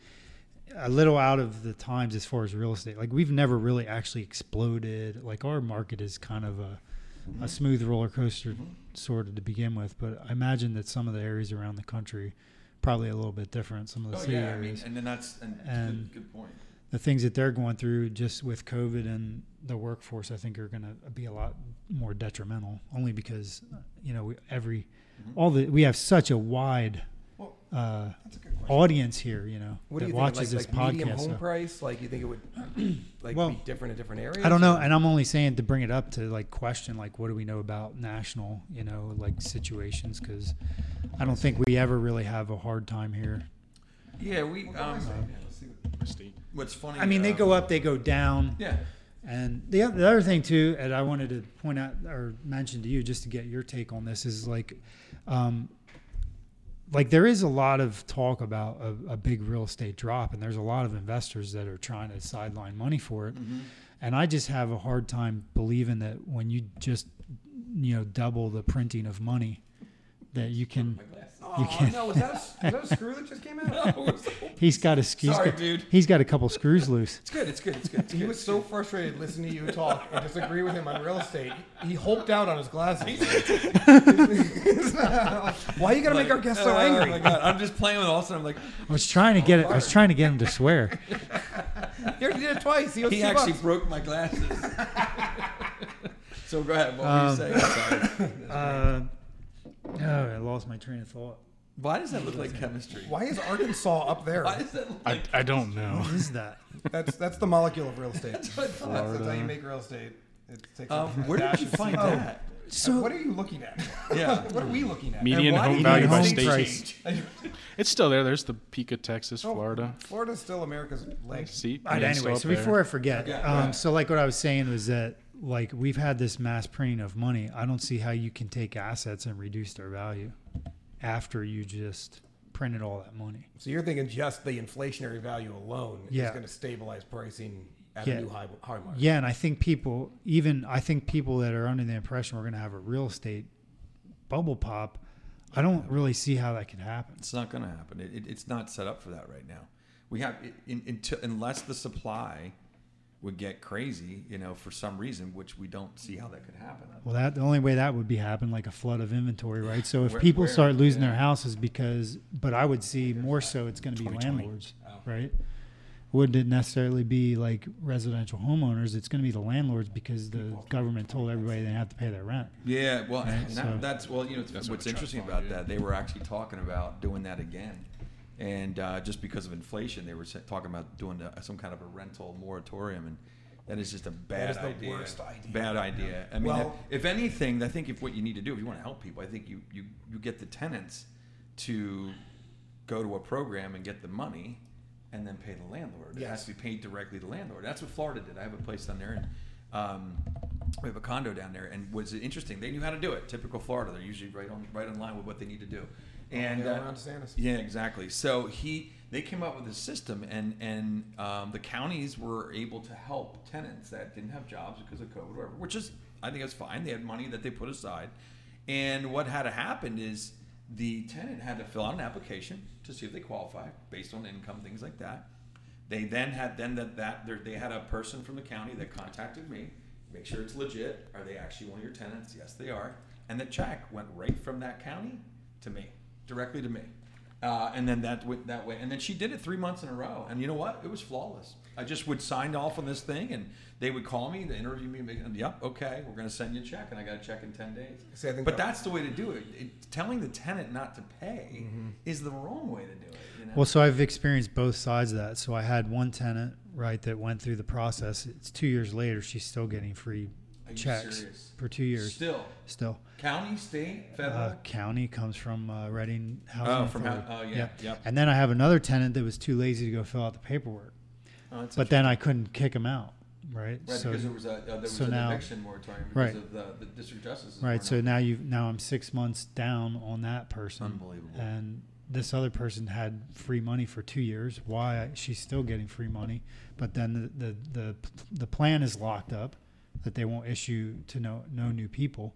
A: a little out of the times as far as real estate. Like we've never really actually exploded. Like our market is kind of a,
D: Mm-hmm.
A: a smooth roller coaster sort of to begin with. But I imagine that some of the areas around the country probably a little bit different. Some of the
D: Oh
A: city
D: yeah. I
A: areas
D: mean, and then that's and
A: And-
D: good, good point.
A: the things that they're going through just with COVID and the workforce, I think are going to be a lot more detrimental. Only because you know we, every all the we have such a wide
B: Mm-hmm. Well,
A: uh,
B: that's a good question.
A: audience here, you know,
B: What do
A: that
B: you think?
A: watches
B: Like, like
A: this
B: medium
A: podcast.
B: home
A: so-
B: price? Like, you think it would like
A: Well,
B: be different in different areas?
A: I don't know, and I'm only saying to bring it up to like question like what do we know about national, you know, like situations because I don't think we ever really have a hard time here.
D: Yeah. We. Um, what's funny?
A: I mean, they
D: uh,
A: go up, they go down.
D: Yeah. (laughs)
A: And the, oth- the other thing too, and I wanted to point out or mention to you just to get your take on this is like, um, like there is a lot of talk about a, a big real estate drop, and there's a lot of investors that are trying to sideline money for it.
D: Mm-hmm.
A: And I just have a hard time believing that when you just you know double the printing of money, that you can.
B: Oh,
A: can't-
B: no, is that, a, is that a screw that just came (laughs) out?
D: Oh,
A: He's got a he's
D: Sorry,
A: got-
D: dude.
A: He's got a couple screws loose.
D: It's good. It's good. It's good. It's
B: He
D: good.
B: was so (laughs) frustrated listening to you talk and disagree with him on real estate. He hulked out on his glasses. (laughs) Why you gotta make our guests so
D: oh
B: angry?
D: my God. I'm just playing with Austin. I'm like,
A: I was trying to get it. I was trying to get him to swear.
B: You already did it twice. He, owes
D: he
B: two
D: actually
B: bucks.
D: broke my glasses.
B: (laughs)
D: so go ahead. What
B: Um,
D: were you saying? I'm sorry.
A: Uh, (laughs) oh, I lost my train of thought.
D: Why does that look like chemistry?
B: Why is Arkansas up there?
D: Why does that look
E: I,
D: like?
E: I don't know.
A: What is that?
B: That's that's the molecule of real estate.
D: But
B: That's, that's how you make real estate. It takes
D: Um,
B: a- a
D: where did
B: dash
D: you
B: of
D: find
B: seasoning.
D: that?
A: So-
B: what are you looking at?
D: Yeah.
B: (laughs) what are we looking at?
D: And
E: Median
D: why
E: home
D: did
E: value
D: the
E: by
D: home
E: state.
A: price-
B: (laughs)
E: It's still there. There's the peak of Texas, Florida.
B: Oh, Florida's still America's leg.
E: See,
A: All right,
E: yeah, it's still
A: anyway,
E: up
A: so
E: there.
A: before I forget,
D: Yeah,
A: um,
D: yeah.
A: so like what I was saying was that like we've had this mass printing of money. I don't see how you can take assets and reduce their value after you just printed all that money.
B: So you're thinking just the inflationary value alone is
A: Yeah.
B: going to stabilize pricing at
A: Yeah.
B: a new high, high mark.
A: Yeah, and I think people, even I think people that are under the impression we're going to have a real estate bubble pop, I don't really see how that could happen.
D: It's not going to happen. It, it, it's not set up for that right now. We have in, in, until- unless the supply would get crazy, you know, for some reason, which we don't see how that could happen.
A: Well, that the only way that would be happen like a flood of inventory, right? So if
D: Where-
A: people
D: where?
A: start losing
D: Yeah.
A: their houses because, but I would see more so it's going to be
E: 2020.
A: landlords,
D: Oh.
A: right? Wouldn't it necessarily be like residential homeowners? It's going to be the landlords because the government told everybody they have to pay their rent.
D: Yeah, well, and that-
A: so-
D: that's well, you know, it's-
E: That's what
D: what's
E: we're trying to
D: interesting
E: find,
D: about
E: yeah.
D: that. They were actually talking about doing that again, and uh, just because of inflation, they were sa- talking about doing uh some kind of a rental moratorium, and that is just a bad
B: is the
D: idea.
B: worst idea.
D: Bad idea. I mean,
B: Well-
D: if anything, I think if what you need to do, if you want to help people, I think you you you get the tenants to go to a program and get the money. And then pay the landlord. It has
B: Yes.
D: to be paid directly to the landlord. That's what Florida did. I have a place down there, and um, we have a condo down there, and was interesting. They knew how to do it. Typical Florida, they're usually right on right on line with what they need to do. And uh,
B: Yeah, around DeSantis.
D: yeah, exactly. So he they came up with a system, and and um, the counties were able to help tenants that didn't have jobs because of COVID, or whatever, which is I think it's fine. They had money that they put aside, and what had happened is the tenant had to fill out an application to see if they qualify based on income, things like that. They then had then that that there- they had a person from the county that contacted me, make sure it's legit. Are they actually one of your tenants? Yes, they are. And the check went right from that county to me, directly to me. Uh, and then that went that way. And then she did it three months in a row. And you know what? It was flawless. I just would sign off on this thing, and they would call me, they interview me, and make- and yep, okay, we're going to send you a check, and I got a check in ten days.
B: See, I think
D: but
B: that-
D: that's the way to do it. it telling the tenant not to pay
B: Mm-hmm.
D: is the wrong way to do it. You know?
A: Well, so I've experienced both sides of that. So I had one tenant, right, that went through the process. It's two years later, she's still getting free
D: Are you
A: checks
D: serious?
A: for two years.
D: still.
A: still.
D: County, state, federal.
A: uh, county comes from uh, Reading Housing
D: Oh, from
A: Authority.
D: Hou- oh, yeah, yep.
A: And then I have another tenant that was too lazy to go fill out the paperwork,
D: Oh, that's
A: but then I couldn't kick him out, right?
D: Right,
A: so,
D: because there was a uh, there was
A: so
D: an
A: now-
D: eviction moratorium because
A: right.
D: of the, the district justices.
A: right.
D: weren't
A: So
D: up.
A: now you now I'm six months down on that person.
D: Unbelievable.
A: And this other person had free money for two years. Why I- she's still getting free money? But then the the the, the plan is locked up that they won't issue to no no new people.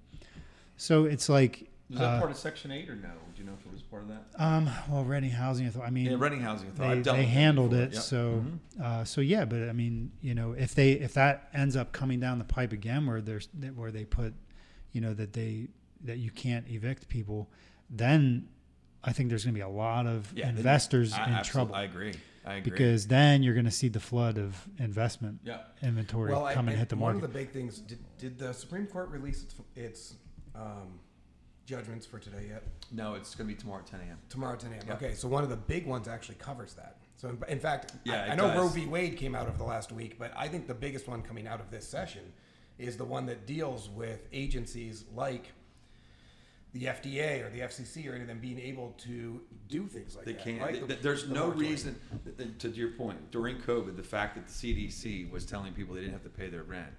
A: So it's like.
D: was that
A: uh,
D: part of Section Eight or no? Do you know if it was part of that?
A: um, well, Reading Housing Authority. I mean,
D: Yeah, renting housing.
A: they,
D: I've dealt
A: they
D: with that
A: handled
D: before,
A: it.
D: yeah. Mm-hmm.
A: So, uh, so yeah, but I mean, you know, if they if that ends up coming down the pipe again, where there's that- where they put, you know, that they that you can't evict people, then I think there's going to be a lot of
D: Yeah, then-
A: investors
D: I-
A: in
D: absolute-
A: trouble
D: I agree. I agree.
A: because then you're going to see the flood of investment
D: Yeah.
A: inventory
B: I-
A: come and
B: and
A: hit the
B: one
A: market.
B: of the big things did, did the Supreme Court release its, its um, judgments for today yet?
D: no, it's going to be tomorrow at ten a.m.
B: Tomorrow 10 a.m. Okay, so one of the big ones actually covers that. So in, in fact,
D: Yeah,
B: I,
D: it
B: I know
D: does.
B: Roe v. Wade came out over the last week, but I think the biggest one coming out of this session is the one that deals with agencies like the FDA or the FCC or any of them being able to do things like
D: They
B: that.
D: can't.
B: right?
D: th-
B: The-
D: th- there's
B: the
D: no
B: moratorium.
D: reason. th- th- To your point, during COVID, the fact that the CDC was telling people they didn't have to pay their rent,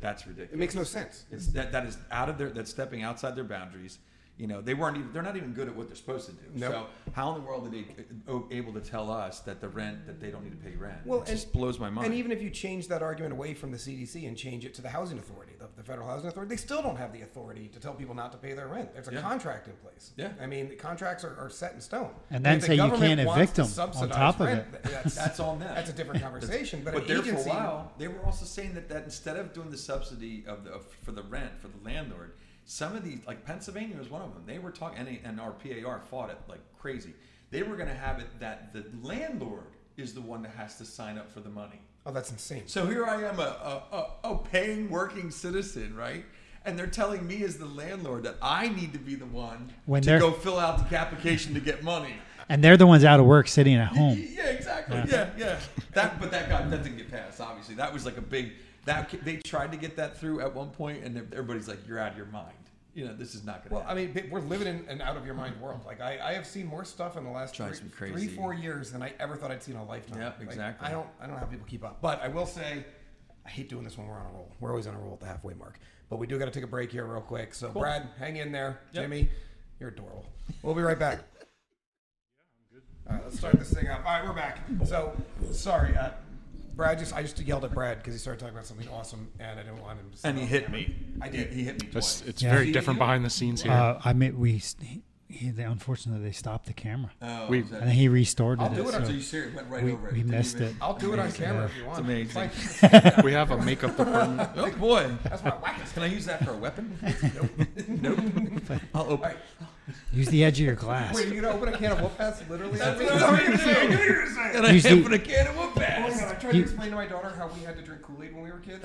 D: that's ridiculous.
B: It makes no sense.
D: It's that that is out of their that's stepping outside their boundaries. You know, they weren't even they're not even good at what they're supposed to do.
B: Nope.
D: So how in the world are they uh, o- able to tell us that the rent that they don't need to pay rent?
B: Well,
D: it just blows my mind.
B: And even if you change that argument away from the CDC and change it to the housing authority, the, the federal housing authority, they still don't have the authority to tell people not to pay their rent. There's a
D: Yeah.
B: contract in place.
D: Yeah.
B: I mean, the contracts are, are set in stone.
A: And then
B: if the
A: say you
B: government
A: can't
B: wants
A: evict
B: to
A: them on
B: subsidize
A: top of
B: rent,
A: it.
B: th- (laughs) That's,
D: (laughs) that's on them.
B: that's a different conversation. But,
D: but
B: an
D: there
B: agency,
D: for a while, they were also saying that, that instead of doing the subsidy of the of, for the rent for the landlord, some of these like Pennsylvania was one of them. They were talking, and, and our PAR fought it like crazy. They were going to have it that the landlord is the one that has to sign up for the money.
B: oh, that's insane.
D: So here I am, a, a, a, a paying working citizen, right? And they're telling me as the landlord that I need to be the one
A: When
D: to
A: they're-
D: go fill out the application to get money.
A: and they're the ones out of work, sitting at home.
D: (laughs) Yeah, exactly. Yeah, yeah. That, but that got that didn't get passed. Obviously, that was like a big. That ca- they tried to get that through at one point, and everybody's like, "You're out of your mind. You know, this is not going to
B: Well, I
D: happen."
B: mean, we're living in an out of your mind world. Like I, I have seen more stuff in the last
D: Drives
B: three,
D: me crazy.
B: three, four years than I ever thought I'd seen in a lifetime.
D: Yeah,
B: Like,
D: exactly.
B: I don't, I don't know how people keep up. But I will say, I hate doing this when we're on a roll. We're always on a roll at the halfway mark. But we do got to take a break here real quick. So Brad, hang in there. Jimmy, you're adorable. We'll be right back. All right, let's start this thing up. All right, we're back. So, sorry, uh, Brad. Just I just yelled at Brad because he started talking about something awesome, and I didn't want him. to
D: and he hit me.
B: I did.
D: He, he hit me
E: It's,
D: twice.
E: it's
A: Yeah.
E: very
A: See,
E: different behind the scenes here.
A: Uh, I mean, we. He, he, they, unfortunately, they stopped the camera,
D: oh,
E: we-
D: is that-
A: and then he restored
D: I'll
A: it.
D: do it
A: so
D: after you serious. It went right
A: we,
D: over it.
A: we
D: Didn't
A: missed
D: even-
A: it.
B: I'll do it on camera if you want.
D: Amazing.
B: It's
E: we have a makeup department.
D: Oh boy.
B: That's my wackest.
D: Can I use that for a weapon? nope. nope. I'll open.
A: Use the edge of
D: (laughs)
A: your glass.
B: Wait, are you gonna open a can of whoop ass? Literally,
D: That's what I was gonna say. And I
A: Use the-
D: open a can of whoop
B: Oh my
D: ass.
B: god! I tried to explain to my daughter how we had to drink Kool Aid when we were kids,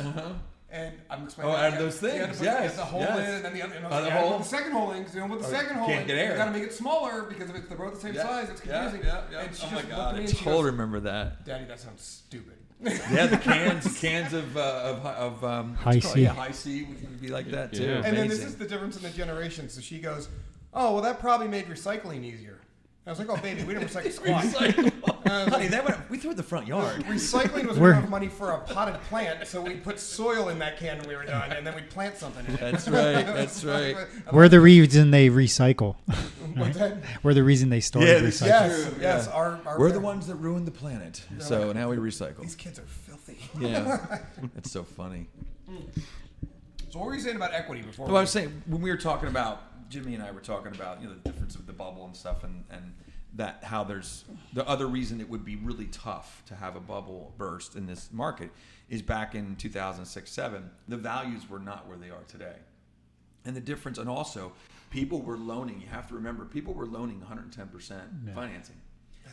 B: and I'm explaining.
D: Uh-huh. Oh,
B: how
D: out of
B: you-
D: those
B: you had to
D: things,
B: put- you had
D: yes,
B: The hole
D: yes.
B: in, and then the other. And I
D: Oh,
B: was
D: the
B: like, yeah,
D: hole. Oh,
B: with the second hole in, because you don't put the second hole
D: can't
B: in.
D: get
B: you
D: air.
B: gotta make it smaller because if it's they're both the same
D: Yeah,
B: size, it's
D: yeah,
B: confusing.
D: yeah, yeah.
B: And she
D: Oh my
B: just
D: god!
B: looked at me
D: I
B: and she
D: totally
B: goes,
D: remember that.
B: "Daddy, that sounds stupid." (laughs)
D: Yeah, the cans, cans of uh, of hi- of um, what's
A: High
D: it called?
A: C.
D: Yeah, high C would be like that too.
E: Yeah.
B: And then this
D: Amazing.
B: is the (laughs) difference in the generation. So she goes, "Oh, well, that probably made recycling easier." I was like, "Oh, baby, we didn't recycle squat."
D: Recycle. (laughs) Honey, that went. We threw it in the
B: (laughs)
D: front yard.
B: Recycling was
A: We're-
B: we enough money for a potted plant, so we put soil in that can when we were done, and then we plant something in it.
D: That's
B: (laughs)
D: right. That's right.
A: We're the reason they recycle. (laughs)
B: What's that?
A: We're the reason they started
D: Yeah, this-
A: recycling.
B: Yes,
D: True,
B: yes.
D: yeah.
B: Our, our
D: We're the ones that ruined the planet, so now we
B: (laughs)
D: recycle.
B: These kids are filthy. (laughs)
D: Yeah, that's so funny.
B: So what were you saying about equity before?
D: Well, I was saying when we were talking about Jimmy and I were talking about you know the difference of the bubble and stuff and and that how there's the other reason it would be really tough to have a bubble burst in this market is back in 2006 7 the values were not where they are today and the difference and also people were loaning you have to remember people were loaning 110% financing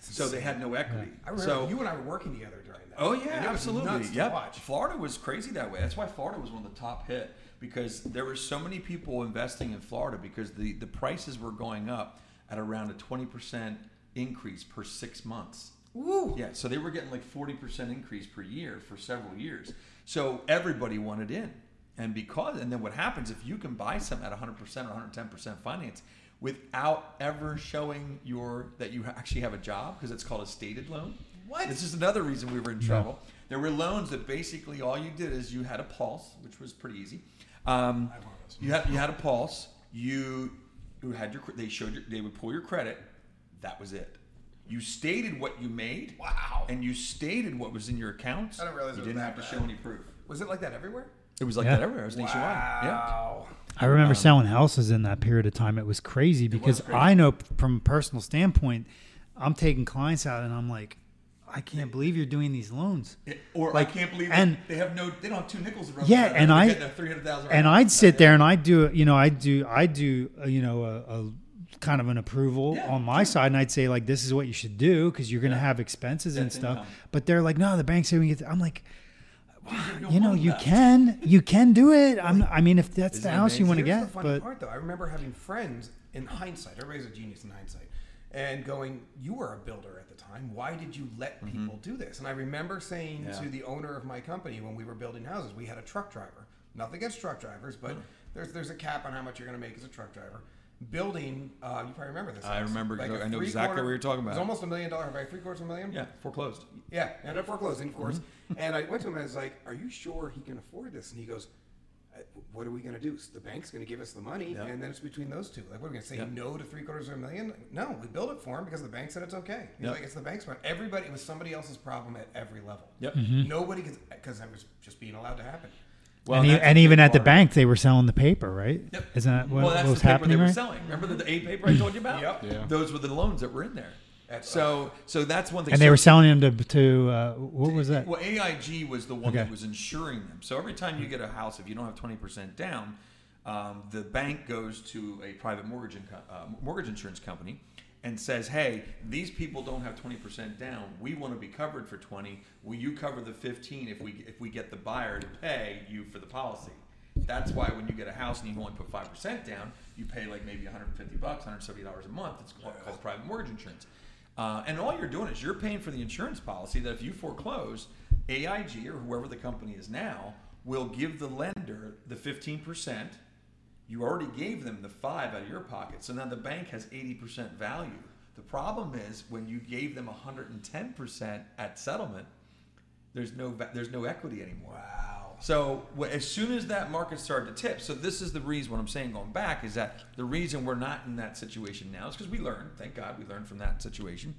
D: so they had no equity
B: I remember
D: so
B: you and I were working together during that.
D: Oh
B: And
D: yeah,
B: it was
D: absolutely.
B: nuts to
D: Yeah,
B: watch.
D: Florida was crazy that way. That's why Florida was one of the top hit because there were so many people investing in Florida because the the prices were going up at around a twenty percent increase per six months.
B: Woo.
D: Yeah, so they were getting like forty percent increase per year for several years. So everybody wanted in, and because and then what happens if you can buy some at one hundred percent or one hundred ten percent finance without ever showing your that you actually have a job because it's called a stated loan.
B: What?
D: This is another reason we were in trouble. There were loans that basically all you did is you had a pulse, which was pretty easy. Um, you had you had a pulse. You you had your cre- they showed your, they would pull your credit. That was it. You stated what you made.
B: Wow.
D: And you stated what was in your accounts.
B: I didn't realize
D: you
B: it was
D: didn't
B: that
D: have to
B: bad.
D: show any proof.
B: Was it like that everywhere?
D: It was like
A: Yeah.
D: that everywhere. It was nationwide. Yeah.
B: Wow.
A: I remember selling houses in that period of time. It was crazy because
D: Um, crazy.
A: I know from a personal standpoint, I'm taking clients out and I'm like, I can't believe you're doing these loans.
D: It- or
A: Like,
D: I can't believe
A: and-
D: they have no they don't have two nickels around.
A: Yeah, and I-
D: three hundred thousand.
A: and I'd sit there and I'd do, you know, I'd do, I'd do, uh, you know, a, a kind of an approval
D: Yeah,
A: on my side, and I'd say like, this is what you should do because you're going to have expenses and
D: That's
A: stuff.
D: income.
A: But they're like, no, the bank said we get. th-" I'm like,
D: no
A: you know,
D: money
A: you
D: left.
A: can, you can do it. I'm, I mean, if that's the
D: Isn't it
A: house you
D: amazing?
A: want to
B: Here's
A: get,
B: the funny
A: but
B: part, though. I remember having friends in hindsight. Everybody's a genius in hindsight, and going, "You were a builder at the time. Why did you let people do this?" And I remember saying
D: Mm-hmm. Yeah.
B: to the owner of my company when we were building houses, we had a truck driver. Nothing against truck drivers,
D: Mm.
B: but there's there's a cap on how much you're going to make as a truck driver. Building, uh, you probably remember this.
D: I
B: house.
D: remember
B: Like
D: exactly-
B: a
D: I know exactly
B: three-quarter-
D: what you're talking
B: It was
D: about.
B: almost a million dollar, right? Three quarters of a million.
D: yeah, foreclosed.
B: Yeah, ended up foreclosing, of course. And I went to him and I was like, "Are you sure he can afford this?" And he goes, "Uh, "What are we going to do? The bank's going to give us the money,
D: Yeah.
B: and then it's between those two. Like, what are we going to say
D: Yeah.
B: no to three quarters of a million? No, we build it for him because the bank said it's okay. He's
D: Yeah.
B: like, it's the bank's problem. Everybody, it was somebody else's problem at every level.
D: Yep.
B: Nobody, because that was just being allowed to happen.
D: Well,
A: and, e-
D: that's
A: and
D: the
A: even
D: big
A: at the
D: part.
A: bank, they were selling the paper, right?
D: Yep.
A: Isn't that what,
D: well, that's
A: what was
D: the paper
A: happening?
D: they were
A: right?
D: selling. Remember the, the A paper I told you about?
B: Yep.
E: Yeah.
D: Those were the loans that were in there. so, so that's one thing.
A: And they
D: So-
A: were selling them to, to uh, what was that?
D: Well, AIG was the one
A: Okay.
D: that was insuring them. So every time you get a house, if you don't have twenty percent down, um, the bank goes to a private mortgage inco- uh, mortgage insurance company and says, "Hey, these people don't have twenty percent down. We want to be covered for twenty. Will you cover the fifteen if we if we get the buyer to pay you for the policy?" That's why when you get a house and you only put five percent down, you pay like maybe 150 bucks, 170 dollars a month. It's called, called private mortgage insurance. Uh, and all you're doing is you're paying for the insurance policy that if you foreclose, AIG or whoever the company is now will give the lender the 15%. You already gave them the five out of your pocket. So now the bank has 80% value. The problem is when you gave them 110% at settlement, there's no va- there's no equity anymore. Wow. So wh- as soon as that market started to tip, so this is the reason what I'm saying going back is that the reason we're not in that situation now is because we learned. Thank God we learned from that situation.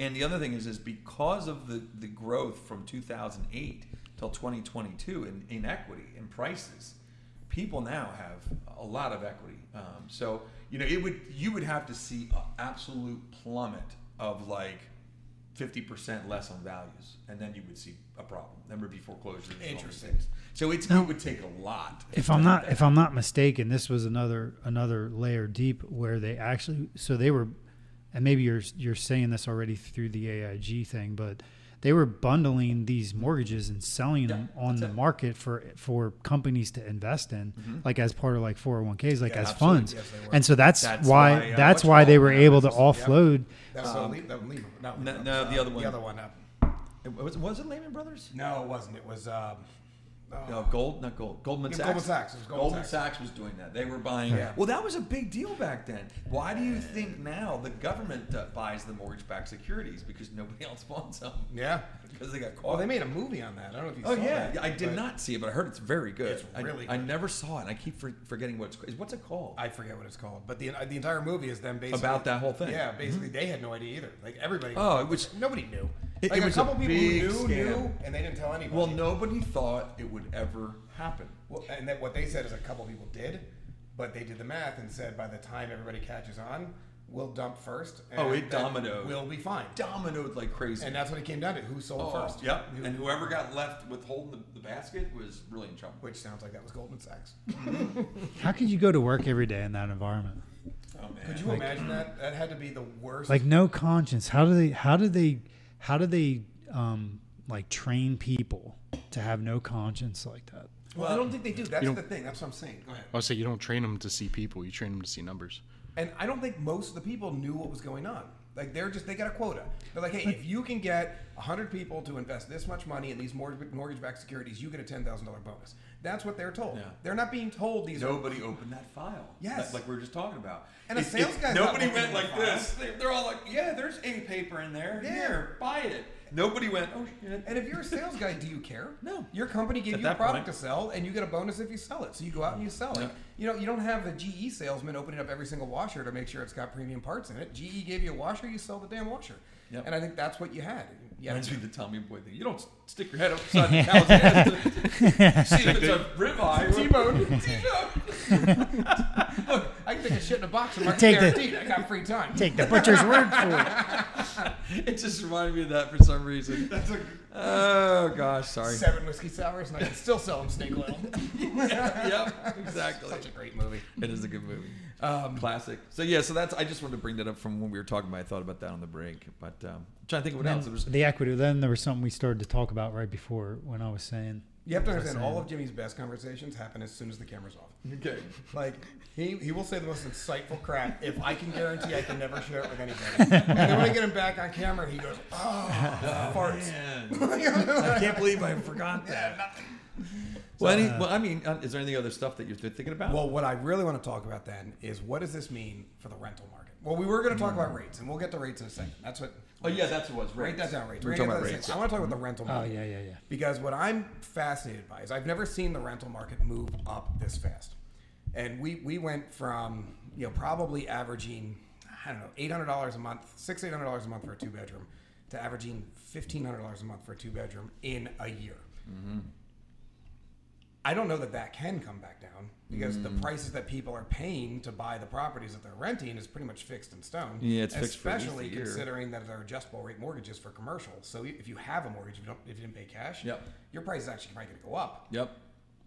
D: And the other thing is is because of the the growth from 2008 till 2022 in inequity in prices, people now have a lot of equity. Um, so you know it would you would have to see an absolute plummet of like 50% less on values, and then you would see a problem. Then would be foreclosures. and all these
B: Interesting.
D: things. So it's, it would take a lot.
A: if I'm not if I'm not mistaken, this was another another layer deep where they actually so they were, and maybe you're you're saying this already through the AIG thing, but they were bundling these mortgages and selling them on the market for for companies to invest in, like as part of like 401ks, like as
D: Mm-hmm. absolutely.
A: funds,
B: Yes, they were.
A: and so that's,
D: That's
A: why,
D: why, uh,
A: that's
D: what's
A: why they
D: called
A: were
D: now
A: able to
D: is-
A: offload.
B: That was um, Lehman. That was Lehman. Not
D: no,
B: Lehman
D: no,
B: Brothers,
D: the other one.
B: The other one. Uh,
D: It was, was it Lehman Brothers?
B: no, it wasn't. It was. Um,
D: No, gold, not gold. Goldman
B: Yeah,
D: Sachs.
B: Goldman Sachs. It was Goldman
D: Goldman Sachs.
B: Sachs.
D: was doing that. They were buying.
B: Yeah.
D: Well, that was a big deal back then. Why do you think now the government uh, buys the mortgage-backed securities because nobody (laughs) else wants them?
B: yeah.
D: Because they got caught.
B: Well, they made a movie on that. I don't know if you
D: Oh
B: saw
D: yeah,
B: that.
D: I did
B: but
D: not see it, but I heard it's very good.
B: It's
D: I-
B: really
D: I,
B: good.
D: never saw it. and I keep for, forgetting what it's called. What's it called?
B: I forget what it's called, but the the entire movie is them basically
D: About that whole thing. Mm-hmm.
B: Yeah, basically they had no idea either. Like everybody.
D: Oh, it was-
B: nobody knew.
D: It-
B: like
D: it was
B: a
D: a
B: couple people who
D: big
B: knew
D: scam.
B: knew, and they didn't tell anybody.
D: Well, nobody thought it would ever happen.
B: Well, and that what they said is a couple people did, but they did the math and said by the time everybody catches on, we'll dump first. And
D: Oh, it
B: then
D: dominoed.
B: We'll be fine.
D: Dominoed like crazy.
B: And that's what it came down to: who sold
D: Oh,
B: first.
D: Yep.
B: Who-
D: And whoever got left with holding the, the basket was really in trouble.
B: Which sounds like that was Goldman Sachs.
A: How could you go to work every day in that environment?
D: Oh man.
B: Could you imagine that? That had to be the worst.
A: like no conscience how do they how do they how do they um like train people to have no conscience like that
B: well, I don't think they do. That's
E: You
B: the
E: don't-
B: thing. That's what I'm saying. Go ahead.
E: I say you don't train them to see people; you train them to see numbers.
B: And I don't think most of the people knew what was going on. Like they're just they got a quota. They're like, hey, if you can get hundred people to invest this much money in these mortgage mortgage backed securities, you get a ten thousand dollar bonus. That's what they're told.
D: Yeah.
B: They're not being told these. are
D: Nobody opened that file.
B: Yes.
D: Like, like we were just talking about.
B: And a sales guy's not
D: Nobody
B: looking
D: went
B: at the
D: like
B: file.
D: this. They, they're all like, yeah, there's a paper in there.
B: Yeah.
D: Here, buy it. Nobody went. Oh shit.
B: (laughs) And if you're a sales guy, do you care?
D: No.
B: Your company gave
D: At
B: you a
D: that
B: product
D: point.
B: to sell, and you get a bonus if you sell it. So you go out and you sell it.
D: Yeah.
B: You know, you don't have the GE salesman opening up every single washer to make sure it's got premium parts in it. GE gave you a washer, you sell the damn washer.
D: Yep.
B: And I think that's what you had. You had
D: Reminds me of the Tommy Boy thing. You don't s- stick your head upside
B: (laughs)
D: the cow's ass. to- See if it's a ribeye. or-
B: (laughs) T-bone. Look, I can take a shit in a box and mark
A: Take the-
B: guaranteed. I got free time.
A: take the butcher's word for it
D: It just reminded me of that for some reason.
B: That's like
D: Oh gosh, sorry.
B: seven whiskey sours, and I can still sell them
A: (laughs)
B: snake oil.
D: yep, exactly.
B: Such a great movie.
D: It is a good movie.
B: Um,
D: Classic. So yeah, so that's. I just wanted to bring that up from when we were talking about. I thought about that on the break, but um, I'm trying to think of what
B: (laughs)
D: else. There was
A: the equity then there was something we started to talk about right before when i was saying
B: You have to understand, all of Jimmy's best conversations happen as soon as the camera's off.
D: okay.
B: Like he, he will say the most insightful crap if I can guarantee I can never share it with anybody. And then when I get him back on camera, he goes, "Oh, farts." (laughs)
D: Man, I can't believe I forgot that. Well, any, well, I mean, uh, is there any other stuff that you're th- thinking about?
B: Well, what I really want to talk about then is what does this mean for the rental market? Well, we were going to talk about rates, and we'll get to rates in a second. That's what.
D: oh yeah, that's what it was.
B: Write
D: Rates.
B: that down, rates.
D: We were
B: We're
D: talking
B: gonna get
D: about
B: to that
D: rates. Mm-hmm.
B: in a second. I want to talk about the rental
A: oh
B: market.
A: yeah yeah yeah
B: Because what I'm fascinated by is I've never seen the rental market move up this fast. And we, we went from, you know, probably averaging, I don't know, eight hundred dollars a month, six, eight hundred dollars a month for a two bedroom, to averaging fifteen hundred dollars a month for a two bedroom in a year.
D: Mm-hmm.
B: I don't know that that can come back down because the
D: Mm.
B: prices that people are paying to buy the properties that they're renting is pretty much fixed in stone.
D: Yeah, it's fixed for at least
B: especially
D: a year.
B: considering that they're adjustable rate mortgages for commercial. So if you have a mortgage, if you, don't, if you didn't pay cash,
D: Yep.
B: your price is actually probably going to go up.
D: Yep.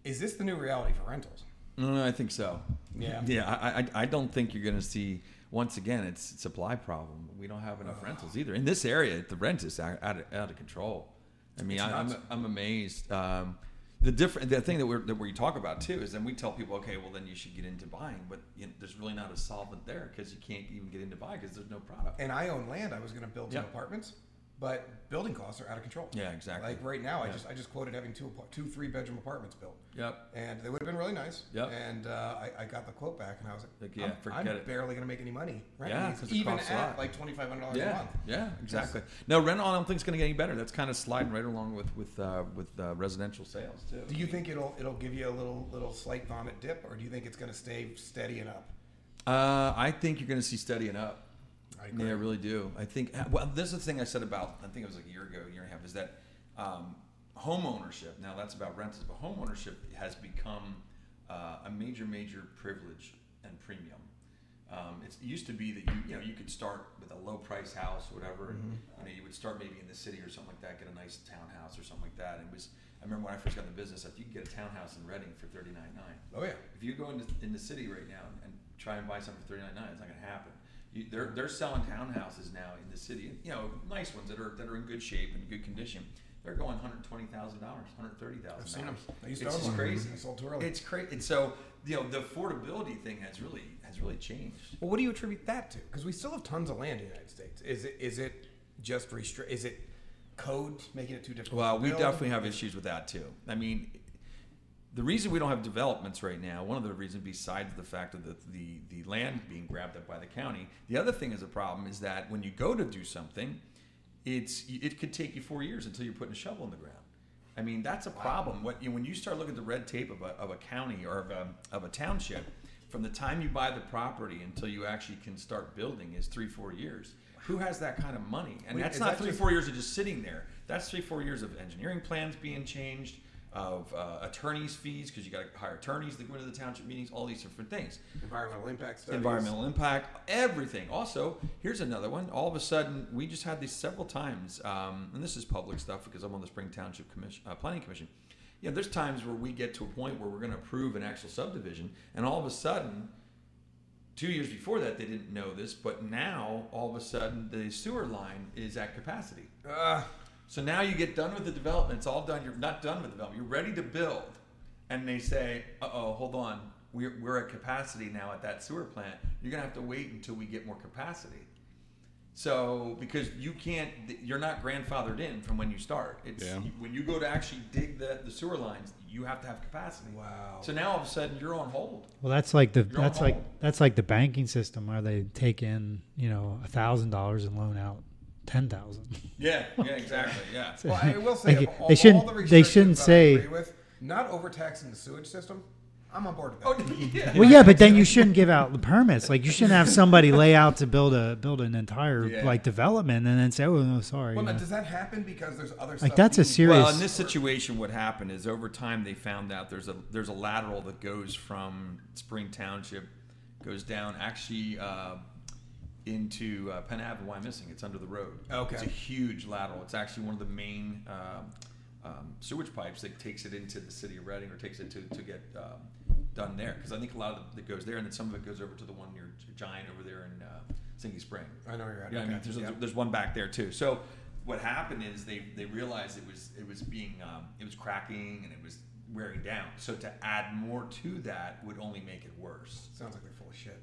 B: Is this the new reality for rentals?
D: Mm, I think so.
B: Yeah.
D: Yeah. I, I, I don't think you're going to see. Once again, it's supply problem. We don't have enough rentals either. In this area, the rent is out, out, of, out of control. I mean, I, I'm,
B: nuts.
D: I'm amazed. Um, the different the thing that we're that we talk about too is then we tell people, okay, well then you should get into buying, but you know, there's really not a solvent there because you can't even get into buy because there's no product.
B: And I own land. I was going to build some
D: Yep.
B: apartments. but building costs are out of control.
D: Yeah, exactly.
B: Like right now, I
D: Yeah.
B: just I just quoted having two apar- two three bedroom apartments built.
D: Yep.
B: And they would have been really nice.
D: Yep.
B: And uh, I, I got the quote back, and I was like,
D: Like, yeah,
B: I'm,
D: forget
B: I'm
D: it.
B: barely going to make any money. Right?
D: Yeah, 'cause it
B: even
D: costs a
B: at
D: lot.
B: like twenty five hundred dollars a
D: Yeah,
B: month.
D: yeah, exactly. No, rental, I don't think it's going to get any better. That's kind of sliding right along with with uh, with uh, residential sales too.
B: Do you think it'll it'll give you a little little slight vomit dip, or do you think it's going to stay steady and up?
D: Uh, I think you're going to see steadying up.
B: I agree.
D: Yeah, I really do. I think. uh, Well, this is the thing I said about. I think it was like a year ago, year and a half. Is that um, home ownership? Now that's about rentals, but home ownership has become uh, a major, major privilege and premium. Um, it's, it used to be that you, you know you could start with a low price house or whatever, and
B: Mm-hmm.
D: you know you would start maybe in the city or something like that, get a nice townhouse or something like that. And it was I remember when I first got in the business, like you could get a townhouse in Reading for thirty nine nine.
B: Oh yeah.
D: If you go into in the city right now and try and buy something for thirty nine nine, it's not gonna happen. You, they're they're selling townhouses now in the city, you know, nice ones that are that are in good shape and good condition. They're going hundred twenty thousand dollars, hundred thirty
B: I've
D: thousand
B: seen
D: dollars.
B: them. I used to
D: it's
B: own
D: just
B: one.
D: crazy.
B: I sold too early.
D: It's crazy, and so you know the affordability thing has really has really changed.
B: Well, what do you attribute that to? Because we still have tons of land in the United States. Is it is it just restrict? Is it code making it too difficult?
D: Well,
B: to
D: we
B: build?
D: definitely have issues with that too. I mean, the reason we don't have developments right now, one of the reasons besides the fact of the, the, the land being grabbed up by the county, the other thing is a problem is that when you go to do something, it's it could take you four years until you're putting a shovel in the ground. I mean, that's a problem. What you, when you start looking at the red tape of a, of a county or of a, of a township, from the time you buy the property until you actually can start building is three four years. Who has that kind of money? And
B: Wait,
D: that's
B: is
D: not
B: that
D: three
B: just-
D: four years of just sitting there. That's three, four years of engineering plans being changed, of uh, attorneys' fees because you got to hire attorneys to go into the township meetings. All these different things.
B: environmental impact studies.
D: Environmental impact, everything. Also, here's another one. All of a sudden, we just had these several times, um, and this is public stuff because I'm on the Spring Township Commission, uh, Planning Commission. You know, there's times where we get to a point where we're going to approve an actual subdivision, and all of a sudden, two years before that, they didn't know this, but now all of a sudden, the sewer line is at capacity.
B: Ugh.
D: So now you get done with the development. It's all done. You're not done with development. You're ready to build, and they say, "Uh oh, hold on. We're, we're at capacity now at that sewer plant. You're gonna have to wait until we get more capacity." So because you can't, you're not grandfathered in from when you start. It's
E: Yeah.
D: when you go to actually dig the, the sewer lines, you have to have capacity.
B: Wow.
D: So now all of a sudden you're on hold.
A: Well, that's like the
D: You're
A: that's
D: on
A: like
D: hold.
A: that's like the banking system where they take in you know a thousand dollars and loan out ten
B: (laughs)
A: thousand.
D: Yeah. (laughs) Yeah. Exactly. Yeah.
B: Well, I
D: (laughs)
B: will say
A: Like,
B: of all,
A: they shouldn't-
B: All the
A: they
B: restrictions
A: shouldn't
B: that I
A: say-
B: agree with, not overtaxing the sewage system. I'm on board with that. (laughs)
D: Oh, yeah.
A: Well, yeah, but then you shouldn't give out the permits. Like you shouldn't have somebody lay out to build a build an entire
D: Yeah.
A: like development and then say, "Oh no, sorry."
B: Well,
A: you
B: now,
A: know.
B: does that happen because there's other stuff?
A: Like that's a
B: being-
A: serious.
D: Well, in this situation, what happened is over time they found out there's a there's a lateral that goes from Spring Township, goes down actually uh, into uh, Penn Ave and Wyomissing. It's under the road.
B: Okay.
D: it's a huge lateral. It's actually one of the main um, um, sewage pipes that takes it into the city of Reading or takes it to to get. Um, Done there because I think a lot of it goes there, and then some of it goes over to the one near Giant over there in uh, Singy Spring.
B: I know where you're at.
D: Yeah, I mean,
B: Okay.
D: there's,
B: Yeah.
D: there's one back there too. So what happened is they they realized it was it was being um, it was cracking and it was wearing down. So to add more to that would only make it
B: (laughs)
D: worse.
B: Sounds like they're full of shit.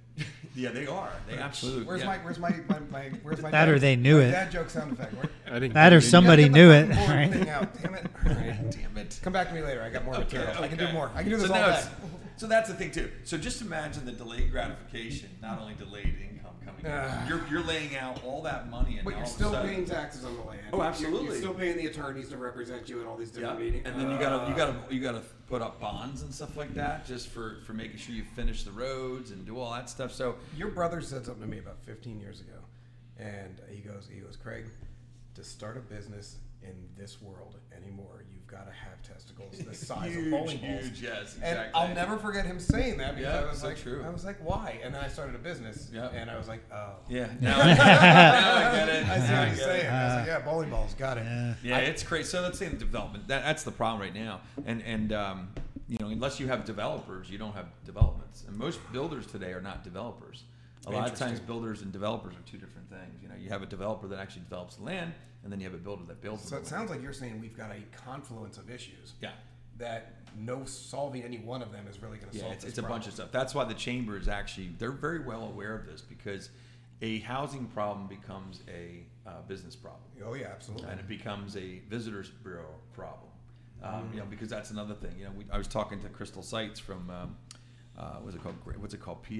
D: Yeah, they are. They absolutely.
B: Where's
D: yeah.
B: my where's my, my, my where's my
A: That
B: dad-
A: or they knew
B: my
A: it.
B: Dad joke sound effect. Where-
E: I didn't
A: That
E: get
A: or
E: it.
A: somebody
B: Gotta get
A: knew
B: the
A: it. (laughs)
B: fucking board
A: right?
B: Thing out. Damn it. All right.
D: (laughs) Damn it.
B: Come back to me later. I got more material. I can do
D: okay.
B: more. I can do this
D: so
B: all
D: now
B: day.
D: it's- So that's the thing too. So just imagine the delayed gratification, not only delayed income coming. in.
B: (sighs) Ah.
D: You're you're laying out all that money and
B: But
D: all
B: you're
D: of a
B: still
D: sudden-
B: paying taxes on the land. You're-
D: Oh,
B: You're,
D: absolutely.
B: still paying the attorneys to represent you at all these
D: Yeah,
B: different meetings.
D: and then you gotta you
B: Uh,
D: gotta you gotta put up bonds and stuff like that just for for making sure you finish the roads and do all that stuff. So
B: Your brother said something to me about 15 years ago, and he goes, he goes, Craig, to start a business in this world anymore, you've got to have testicles
D: (laughs)
B: the size of
D: Huge,
B: bowling balls.
D: huge, yes,
B: And I'll
D: exactly.
B: never forget him saying that because
D: Yeah,
B: I was
D: so
B: like,
D: true.
B: I was like, why? And then I started a business,
D: Yeah.
B: and I was like, oh. (laughs)
D: yeah, now, I- (laughs) now I get it.
B: I see
D: Now
B: what
D: I
B: he's
D: get it.
B: saying. I was like, yeah, bowling balls, got it.
D: Yeah, it's crazy. So that's the development. That, that's the problem right now. And and um, you know, unless you have developers, you don't have developments. And most builders today are not developers. A lot of times,
B: Interesting.
D: builders and developers are two different things. You know, you have a developer that actually develops the land, and then you have a builder that builds.
B: So
D: the
B: it
D: land.
B: sounds like you're saying we've got a confluence of issues.
D: Yeah.
B: That no solving any one of them is really going to
D: Yeah,
B: solve
D: it's,
B: this
D: it's a bunch
B: problem.
D: of stuff. That's why the chamber is actually they're very well aware of this because a housing problem becomes a uh, business problem,
B: Oh yeah, absolutely.
D: and it becomes a visitors bureau problem. Um,
B: Mm.
D: You know, because that's another thing. You know, we, I was talking to Crystal Sites from. Um, uh, what's it called? Gra- What's it called? PA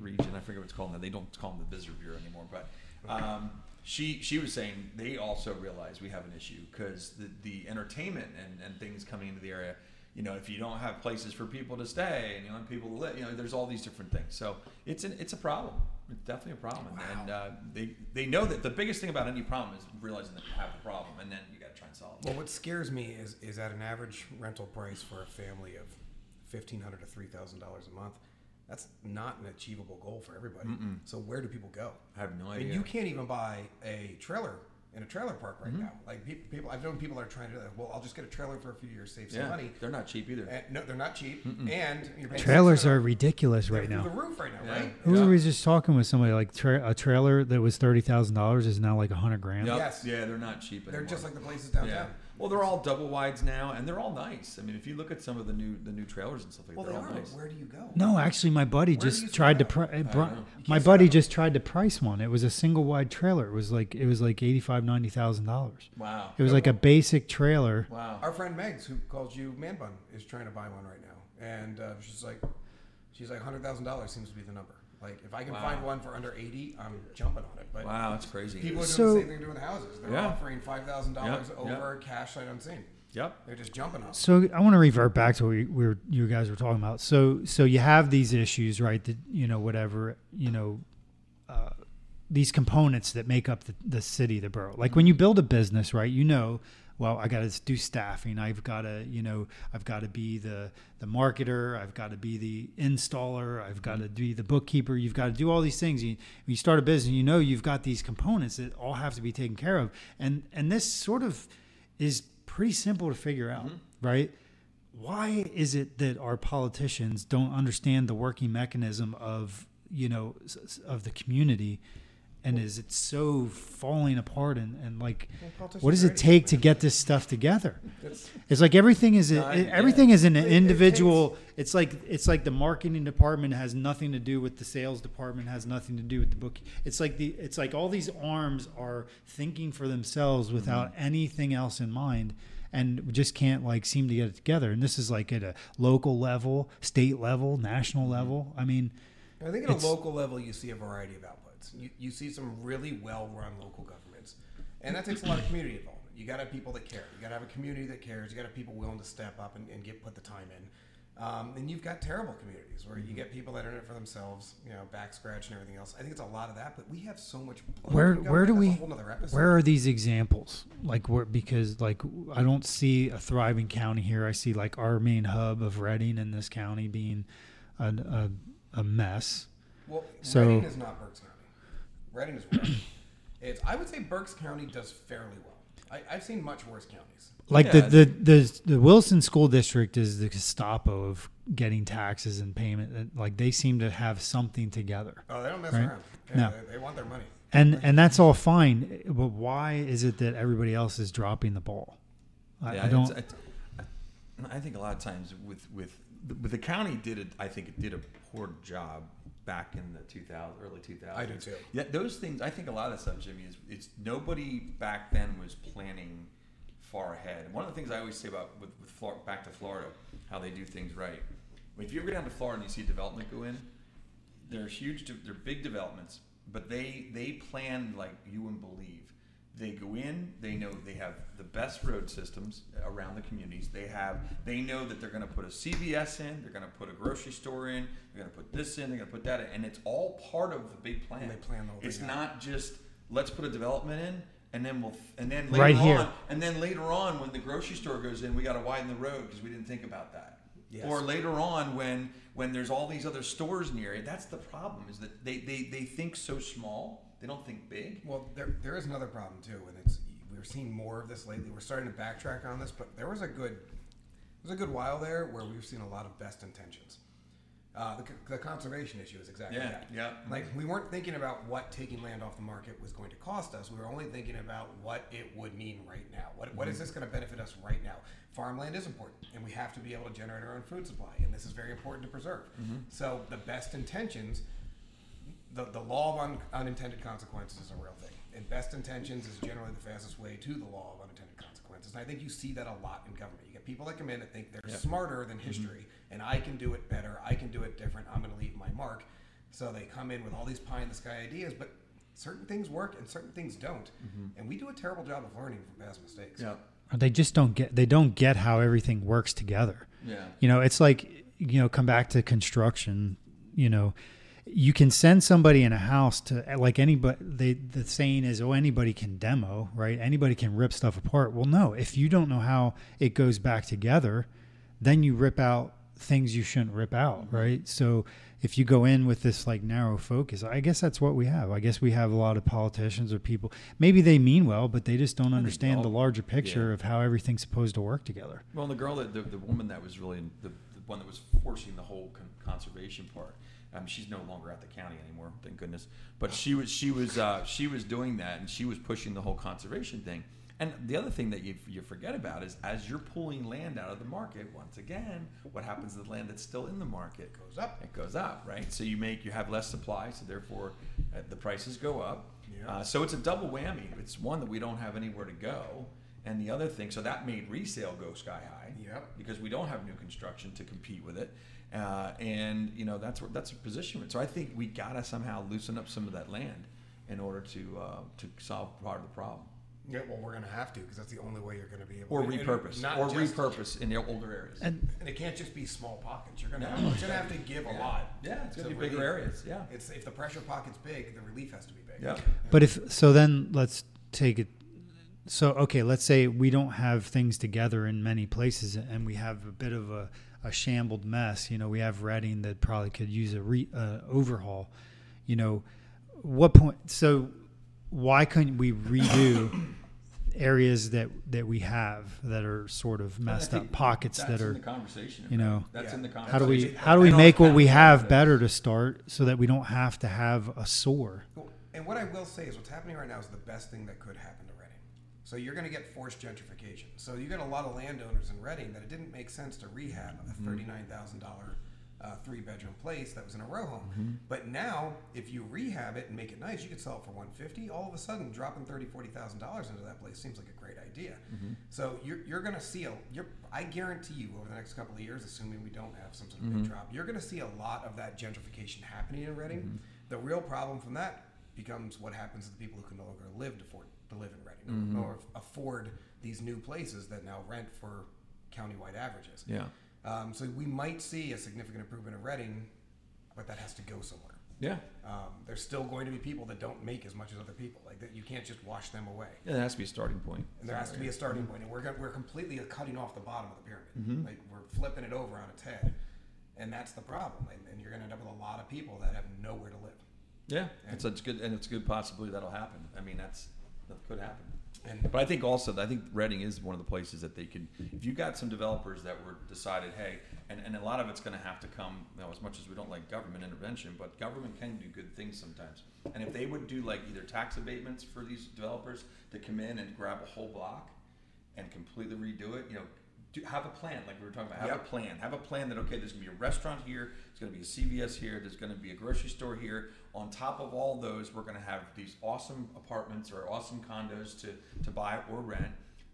D: region. I forget what it's called now. They don't call them the Visitor Bureau anymore. But um, she she was saying they also realize we have an issue because the, the entertainment and, and things coming into the area. You know, if you don't have places for people to stay and you don't have people to live, you know, there's all these different things. So it's an it's a problem. It's definitely a problem. And, uh, they they know that the biggest thing about any problem is realizing that you have a problem, and then you got to try and solve it.
B: Well, what scares me is is at an average rental price for a family of fifteen hundred to three thousand dollars a month. That's not an achievable goal for everybody. So where do people go?
D: I have no
B: I mean,
D: idea.
B: you can't even buy a trailer in a trailer park right
D: Mm-hmm.
B: now. Like pe- people, I've known people that are trying to do that. Well, I'll just get a trailer for a few years, save some
D: yeah,
B: money.
D: they're not cheap either.
B: And, Eh, no, they're not cheap. And you're paying
A: Trailers
B: $600
A: are ridiculous
B: they're
A: right
B: through
A: now.
B: The roof right now,
D: Yeah.
B: right?
A: Who
D: Yeah.
A: was just talking with somebody like tra- a trailer that was thirty thousand dollars is now like a hundred grand.
D: Yep.
B: Yes.
D: Yeah, they're not cheap anymore.
B: They're just like the places downtown.
D: yeah. Well, they're all double wides now, and they're all nice. I mean, if you look at some of the new the new trailers and stuff like
B: Well,
D: that,
B: they
D: they're
B: are.
D: all
B: but
D: nice.
B: Where do you go?
A: No, actually, my buddy
B: Where do you
A: just tried to. Pri-
B: start?
A: uh, bri-
D: know.
A: my buddy just tried to price one. It was a single wide trailer. It was like it was like eighty five ninety thousand dollars.
D: Wow.
A: It was like a basic trailer.
D: Wow.
B: Our friend Megs, who calls you Man Bun, is trying to buy one right now, and uh, she's like, she's like, hundred thousand dollars seems to be the number. Like, if I can
D: Wow.
B: find one for under eighty, I'm jumping on it. But
D: Wow, that's crazy.
B: people are doing
A: So-
B: the same thing they're doing with houses. They're
D: Yeah.
B: offering five thousand dollars
D: Yeah, yeah.
B: over cash sight unseen.
D: Yep.
B: They're just jumping on. it.
A: So I want to revert back to what we, we were, you guys were talking about. So so you have these issues, right? That you know whatever you know. Uh, these components that make up the, the city, the borough. Like when you build a business, right? You know, well, I got to do staffing. I've got to, you know, I've got to be the the marketer. I've got to be the installer. I've got to be the bookkeeper. You've got to do all these things. You, when you start a business, you know you've got these components that all have to be taken care of. And and this sort of is pretty simple to figure out, right? why is it that our politicians don't understand the working mechanism of you know s- s- of the community and is it so falling apart and, and like
B: politicians
A: what does
B: are
A: it
B: idiots,
A: take to get this stuff together it's like everything is a,
D: I-
A: it-
D: yeah.
A: everything is an
B: it
A: individual it's like it's like the marketing department has nothing to do with the sales department has nothing to do with the book it's like the it's like all these arms are thinking for
B: Mm-hmm.
A: themselves without anything else in mind and we just can't like seem to get it together and this is like at a local level state level national
B: Mm-hmm.
A: level i mean
B: I think at a
A: It's-
B: local level, you see a variety of outputs. You, you see some really well-run local governments, and that takes a lot of community involvement. You got to have people that care. You got to have a community that cares. You got to have people willing to step up and, and get put the time in. Um, and you've got terrible communities where
A: Mm-hmm.
B: you get people that are in it for themselves, you know, back scratch and everything else. I think it's a lot of that, but we have so much. bloat
A: where
B: in
A: where do
B: government,
A: we
B: that's A whole nother episode.
A: where are these examples like where because like i don't see a thriving county here i see like our main hub of reading in this county being a, a, a mess
B: Well,
A: So-
B: Reading is not Berks County. Reading
A: (coughs)
B: is worse. it's I would say Berks County does fairly well. I, I've seen much worse counties.
A: like
D: Yeah.
A: the, the the the wilson school district is the gestapo of getting taxes and payment and, like they seem to have something together
B: Oh, they don't mess
A: Right.
B: around. Yeah,
A: No.
B: they, they want their money.
A: and and that's all fine but why is it that everybody else is dropping the ball i,
D: Yeah,
A: I
D: it's-
A: don't
D: it's- I think a lot of times with with with the county did it. I think it did a poor job back in the 2000 early 2000s.
B: I do too.
D: Yeah, those things. I think a lot of that stuff, Jimmy, is it's nobody back then was planning far ahead. One of the things I always say about with, with Flor- back to Florida, how they do things right. If you ever go down to Florida and you see development go in, they're huge. de- They're big developments, but they they plan like you wouldn't believe. They go in. They know they have the best road systems around the communities. They have. They know that they're going to put a CVS in. They're going to put a grocery store in. They're going to put this in. They're going to put that in, and it's all part of the big plan.
B: They plan the whole
D: It's
B: thing out.
D: not just let's put a development in, and then we'll and then later
A: Right
D: on,
A: here.
D: and then later on when the grocery store goes in, we got to widen the road because we didn't think about that.
B: Yes.
D: Or later on when when there's all these other stores in the area that's the problem is that they, they, they think so small they don't think big
B: Well, there, there is another problem too, and it's we're seeing more of this lately. We're starting to backtrack on this, but there was a good there was a good while there where we've seen a lot of best intentions. Uh, the, c- the conservation issue is exactly
D: Yeah,
B: that.
D: yeah.
B: Like we weren't thinking about what taking land off the market was going to cost us. We were only thinking about what it would mean right now. What, what is
D: Mm-hmm.
B: this going to benefit us right now? Farmland is important, and we have to be able to
D: Mm-hmm.
B: generate our own food supply, and this is very important to preserve. So the best intentions the, the law of un, unintended consequences is a real thing. And best intentions is generally the fastest way to the law of unintended consequences. And I think you see that a lot in government. You get people that come in that think they're smarter
D: Mm-hmm.
B: than history, and I can do it better, I can do it different, I'm going to leave my mark. So they come in with all these pie in the sky ideas, but certain things work and certain things don't. And we do a terrible job of learning from past mistakes.
D: Mm-hmm. Yeah.
A: Or they just don't get they don't get how everything works together
D: Yeah.
A: you know it's like you know come back to construction you know you can send somebody in a house to like anybody they the saying is oh anybody can demo right anybody can rip stuff apart well no if you don't know how it goes back together then you rip out things you shouldn't rip out right so if you go in with this like narrow focus i guess that's what we have i guess we have a lot of politicians or people maybe they mean well but they just don't understand the
D: don't.
A: larger picture of how everything's supposed to work together
D: Well, the girl that the, the woman that was really the, the one that was forcing the whole con- conservation part. I mean, she's no longer at the county anymore, thank goodness. But she was she was uh, she was doing that, and she was pushing the whole conservation thing. And the other thing that you, you forget about is as you're pulling land out of the market, once again, what happens to the land that's still in the market?
B: Goes up.
D: It goes up, right? So you make you have less supply, so therefore uh, the prices go up.
B: Yeah.
D: Uh, so it's a double whammy. It's one that we don't have anywhere to go, and the other thing. So that made resale go sky high.
B: Yep.
D: Because we don't have new construction to compete with it, uh, and you know that's where that's a position. we're in. So I think we gotta somehow loosen up some of that land in order to uh, to solve part of the problem,
B: Yeah, well, we're going to have to because that's the only way you're going to be able
D: or
B: and- and
D: repurpose,
B: not
D: or
B: just-
D: repurpose in the older areas.
A: and
B: And it can't just be small pockets. You're gonna have, you're gonna have to give a lot.
D: Yeah, it's
B: to
D: gonna be bigger
B: relieve.
D: areas, yeah.
B: it's if the pressure pocket's big, the relief has to be big.
D: Yeah.
A: But if so, then let's take it. So okay, let's say we don't have things together in many places, and we have a bit of a, a shambled mess. You know, we have Reading that probably could use a re, uh, overhaul. You know, what point? So why couldn't we
D: (coughs)
A: redo areas that that we have that are sort of messed
D: I think
A: up pockets
D: that's
A: that
D: in
A: are?
D: the conversation.
A: you know,
D: that's
B: Yeah.
D: in the
B: How do
D: conversation.
A: How do we
B: That's-
A: how do we
D: And on
A: make what
D: that
A: we have
D: topic-
A: better to start so that we don't have to have a sore?
B: Cool. And what I will say is, what's happening right now is the best thing that could happen to Reading. So you're gonna get forced gentrification. So you got a lot of landowners in Reading that it didn't make sense to rehab a thirty-nine thousand dollar uh, three-bedroom place that was in a row home. But now, if you rehab it and make it nice, you could sell it for one fifty. All of a sudden, dropping thirty, forty thousand dollars into that place seems like a great idea. So you're, you're going to see a you're, I guarantee you over the next couple of years, assuming we don't have some sort of big drop, you're going to see a lot of that gentrification happening in Reading. The real problem from that becomes what happens to the people who can no longer live to, afford, to live in Reading
D: Mm-hmm.
B: or afford these new places that now rent for countywide averages.
D: Yeah.
B: Um, so we might see a significant improvement in Reading, but that has to go somewhere.
D: Yeah.
B: Um, there's still going to be people that don't make as much as other people. Like that, you can't just wash them away.
D: Yeah, Mm-hmm. that has to be a starting point.
B: And there has to be a starting point, and we're go- we're completely cutting off the bottom of the pyramid.
D: Mm-hmm.
B: Like we're flipping it over on its head, and that's the problem. And, and you're going to end up with a lot of people that have nowhere to live.
D: Yeah, it's, it's good, and it's a good possibility that'll happen. I mean, that's that could happen.
B: And-
D: but I think also, I think Reading is one of the places that they can. If you got some developers that were decided, hey, and, and a lot of it's going to have to come. You know, as much as we don't like government intervention, but government can do good things sometimes. And if they would do like either tax abatements for these developers to come in and grab a whole block and completely redo it, you know. Do, have a plan, like we were talking about. Have
B: Yep.
D: a plan. Have a plan that okay, there's gonna be a restaurant here, there's gonna be a CVS here, there's gonna be a grocery store here. On top of all those, we're gonna have these awesome apartments or awesome condos to to buy or rent.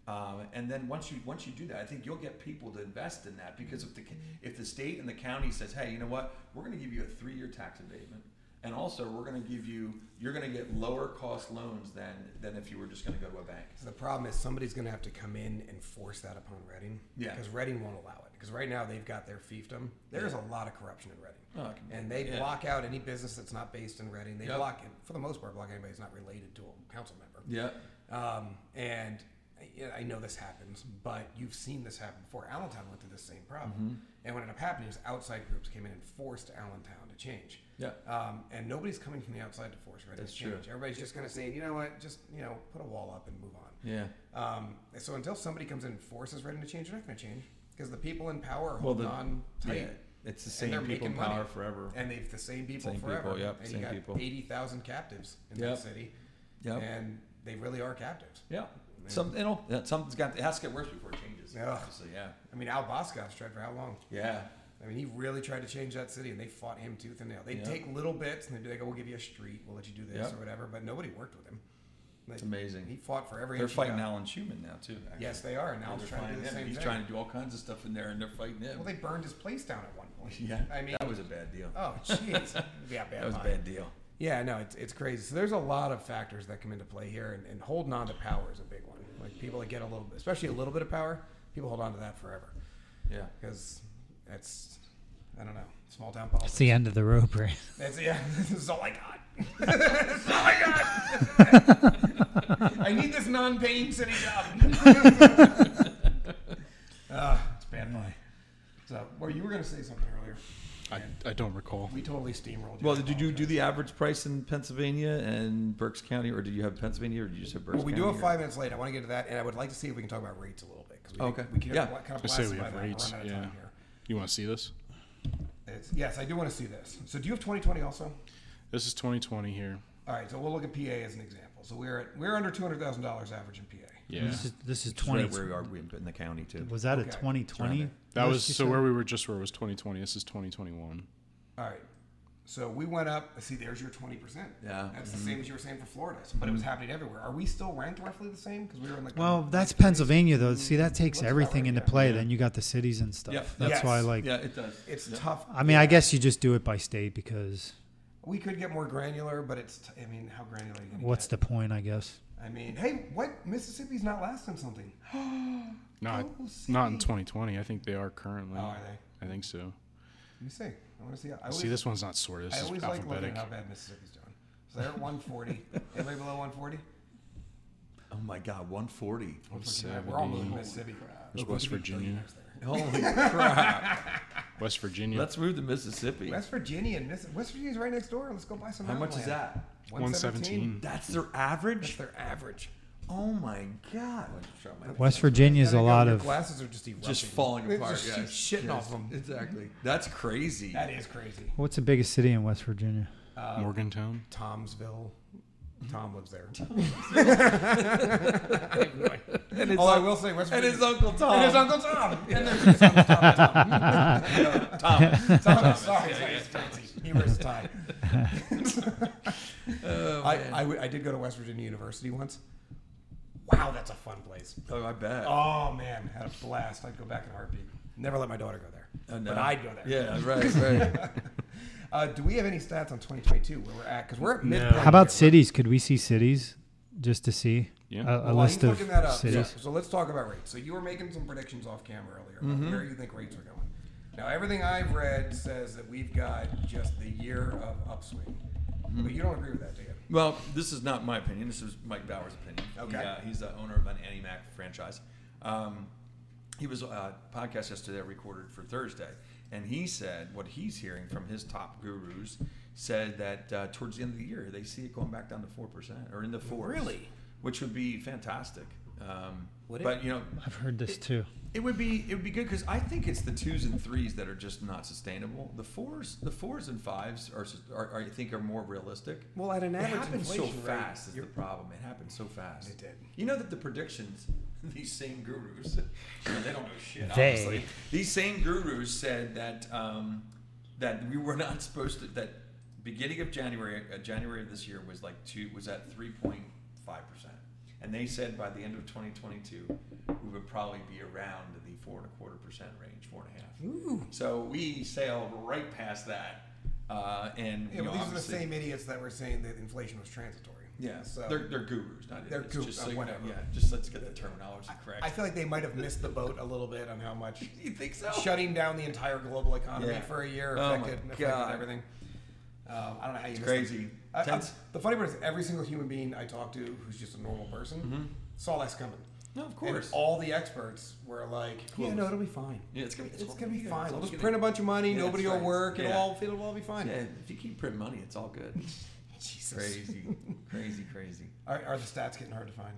D: Um, and then once you once you do that, I think you'll get people to invest in that because if the ca- if the state and the county says, hey, you know what, we're gonna give you a three year tax abatement, and also we're gonna give you you're gonna get lower cost loans than than if you were just gonna go to a bank.
B: So the problem is somebody's going to have to come in and force that upon Reading.
D: Yeah.
B: Because Reading won't allow it. Because right now they've got their fiefdom. There's a lot of corruption in Reading.
D: Oh, it can be-
B: and they
D: yeah.
B: block out any business that's not based in Reading. They
D: Yep.
B: block it for the most part. Block anybody that's not related to a council member.
D: Yeah.
B: Um, and I- yeah, I know this happens, but you've seen this happen before. Allentown went through the same problem.
D: Mm-hmm.
B: And what ended up happening is outside groups came in and forced Allentown to change.
D: Yeah.
B: Um, and nobody's coming from the outside to force Reading
D: That's
B: to
D: true.
B: change. Everybody's just going to say, you know what, just, you know, put a wall up and move on.
D: Yeah.
B: Um, and so until somebody comes in and forces Reading to change, they're not going to change because the people in power are
D: Well,
B: holding
D: the-
B: on tight.
D: yeah, it's the
B: and
D: same
B: they're
D: people in
B: making money.
D: power forever.
B: And they've the same people
D: Same people,
B: forever.
D: yep,
B: and
D: same
B: you got
D: people.
B: 80,000 captives in
D: Yep.
B: that city.
D: Yep.
B: And they really are captives.
D: Yeah. Some, you know, that something's got it has to get worse before it changes.
B: Yeah.
D: Obviously, yeah.
B: I mean, Al Boscov's tried for how long?
D: Yeah.
B: I mean, he really tried to change that city, and they fought him tooth and nail. They would take little bits, and they'd be like, "Oh, we'll give you a street. We'll let you do this
D: Yep.
B: or whatever." But nobody worked with him. It's
D: amazing.
B: He fought for every.
D: They're
B: inch he
D: fighting
B: got.
D: Alan Schumann now too. actually.
B: Yes, they are. and Now
D: They're
B: he's trying to do
D: fighting
B: the
D: him.
B: same
D: He's
B: thing.
D: trying to do all kinds of stuff in there, and they're fighting him.
B: Well, they burned his place down at one point.
D: (laughs) yeah,
B: I mean,
D: that was a bad deal.
B: oh
D: (laughs)
B: jeez, yeah, bad.
D: that was a
B: line.
D: bad deal.
B: Yeah, no, it's, it's crazy. So there's a lot of factors that come into play here, and, and holding on to power is a big one. Like people that get a little, especially a little bit of power, people hold on to that forever
D: Yeah.
B: because that's, I don't know, small town politics.
A: It's the end of the rope, right?
B: That's yeah. (laughs) This is all I
D: (laughs)
B: got. this is all I got. I need this non-paying city
D: (laughs)
B: job. uh, it's bad money. So, well, you were going to say something earlier.
E: I, I don't recall.
B: We totally steamrolled.
D: Well, did you do the average price in Pennsylvania and Berks County, or did you have Pennsylvania, or did you just have Berks
B: Well, we
D: County?
B: do have five minutes late. I want to get to that, and I would like to see if we can talk about rates a little bit because we,
D: Okay.
B: we can
D: Yeah.
B: kind of
E: I say
B: blasted
E: we
B: by that.
E: have
B: We're
E: rates,
B: running out of
E: yeah.
B: time here.
E: You want to see this?
B: It's- yes, I do want to see this. So, do you have 2020 also?
E: This is 2020 here.
B: All right. So we'll look at PA as an example. So we're at we're under two hundred thousand dollars average in PA.
E: Yeah.
A: This is this is
D: Right
A: twenty.
D: where we are we in the county too.
A: Was that
B: Okay.
A: a twenty twenty?
E: That was so where we were just where it was 2020. This is 2021.
B: All right. So we went up. See, there's your twenty percent.
D: Yeah. mm-hmm.
B: That's the same as you were saying for Florida, so- but it was happening everywhere. Are we still ranked roughly the same? Because we were in like.
A: Well,
B: the-
A: that's Pennsylvania though. See, that takes
B: Looks about
A: everything
B: right,
A: into
B: yeah.
A: play. Then you got the cities and stuff.
D: Yeah.
A: That's why,
B: Yes.
A: like,
D: yeah, it does.
B: It's tough.
A: I mean, I guess you just do it by state because
B: we could get more granular, but it's. T- I mean, how granular? Are you gonna
A: what's
B: get?
A: the point? I guess.
B: I mean, hey, what Mississippi's not last in something?
E: Not
B: Go Oh, see.
E: not in 2020. I think they are currently.
B: Oh, are they?
E: I think so.
B: Let me see. I want to see. I always,
E: See, this one's not sorted.
B: I
E: This
B: always
E: is
B: like looking at
E: alphabetic.
B: how bad Mississippi's doing. So they're at
D: (laughs)
B: 140. Anybody below 140?
D: Oh my God, 140.
B: We're almost in Mississippi.
E: There's West Virginia.
D: Holy
B: (laughs)
D: crap!
E: West Virginia.
D: Let's move to Mississippi.
B: West Virginia and Miss- West Virginia's right next door. Let's go buy some.
D: How much
B: mountain
D: is
B: land.
D: that?
E: 117.
D: That's their
B: That's
D: average.
B: their average.
D: Oh my God!
A: West Virginia's a
B: Your
A: lot of.
B: glasses are just erupting.
D: Just falling
B: They
D: apart.
B: Just
D: guys.
B: keep shitting off them.
D: Exactly. That's crazy.
B: That is crazy.
A: What's the biggest city in West Virginia?
B: Uh,
E: Morgantown.
B: Tomsville.
D: Mm-hmm.
B: Tom lives there.
D: And it's
B: Although I
D: un-
B: will say West
D: and
B: Virginia.
D: his Uncle Tom.
B: And his Uncle
D: (laughs)
B: Tom. And there's his Uncle Tom.
D: Tom.
B: Tom.
D: (laughs)
B: Tom. Sorry, sorry, it's fancy. He wears a tie. (laughs)
D: Oh,
B: I,
D: man.
B: I, w- I did go to West Virginia University once. Wow, that's a fun place.
D: oh, I bet.
B: Oh man, had a blast. I'd go back in a heartbeat. Never let my daughter go there.
D: Oh, no.
B: But I'd go there.
D: Yeah, right,
B: (laughs)
D: right.
B: Uh, do we have any stats on 2022 where we're at? Because we're at midpoint.
A: How about
B: here.
A: cities? Could we see cities just to see
E: Yeah.
A: a, a
B: Well,
A: list of
B: he's looking that up.
A: cities?
B: So, so let's talk about rates. So you were making some predictions off camera earlier about
D: Mm-hmm.
B: where you think rates are going. Now everything I've read says that we've got just the year of upswing,
D: Mm-hmm.
B: but you don't agree with that, do you?
D: well, this is not my opinion. This is Mike Bauer's opinion.
B: Okay.
D: He, uh, he's the owner of an Annie Mac franchise. Um, he was uh, podcast yesterday I recorded for Thursday, and he said what he's hearing from his top gurus said that uh, towards the end of the year they see it going back down to four percent or in the fours.
B: Really?
D: which would be fantastic. Um,
B: Would it?
D: but you know,
A: I've heard this too.
D: It would be it would be good because I think it's the twos and threes that are just not sustainable. The fours, the fours and fives are, sus- are, are I think are more realistic.
B: Well, at an
D: it
B: average
D: happened so
B: inflation rate,
D: fast is the
B: you're-
D: problem. It happened so fast.
B: It did.
D: You know that the predictions, (laughs) these same gurus, (laughs) you know, they don't know shit.
A: They.
D: Obviously, these same gurus said that um, that we were not (laughs) supposed to that beginning of January uh, January of this year was like two was at three point five percent, and they said by the end of 2022 we would probably be around the four and a quarter percent range, four and a half. So we sailed right past that, uh, and
B: Yeah,
D: you
B: but
D: know,
B: these are the
D: obviously-
B: same idiots that were saying that inflation was transitory.
D: Yeah,
B: So
D: they're, they're gurus, not
B: They're
D: idiots.
B: gurus,
D: Just
B: uh,
D: so you know,
B: whatever.
D: yeah, just let's get the terminology correct.
B: I feel like they might have missed the boat a little bit on how much
D: you think so?
B: shutting down the entire global economy
D: Yeah.
B: for a year
D: Oh my
B: affected, affected
D: God.
B: everything. Um, I don't know how you. It's
D: crazy.
B: I, I,
D: Tense.
B: the funny part is, every single human being I talk to who's just a normal person saw this coming.
D: No, Mm-hmm.
B: And
D: of course.
B: all the experts were like, "Yeah,
D: Close.
B: no, it'll be fine.
D: Yeah, it's gonna be-
B: it's,
D: it's
B: gonna be
D: good.
B: fine.
D: It's
B: We'll just
D: gonna-
B: print a bunch of money.
D: Yeah,
B: nobody
D: that's
B: will
D: right.
B: work. It'll
D: Yeah.
B: all it'll all be fine."
D: Yeah, if you keep printing money, it's all (laughs) good.
B: Jesus.
D: crazy, crazy, crazy.
B: Are, are the stats getting hard to find?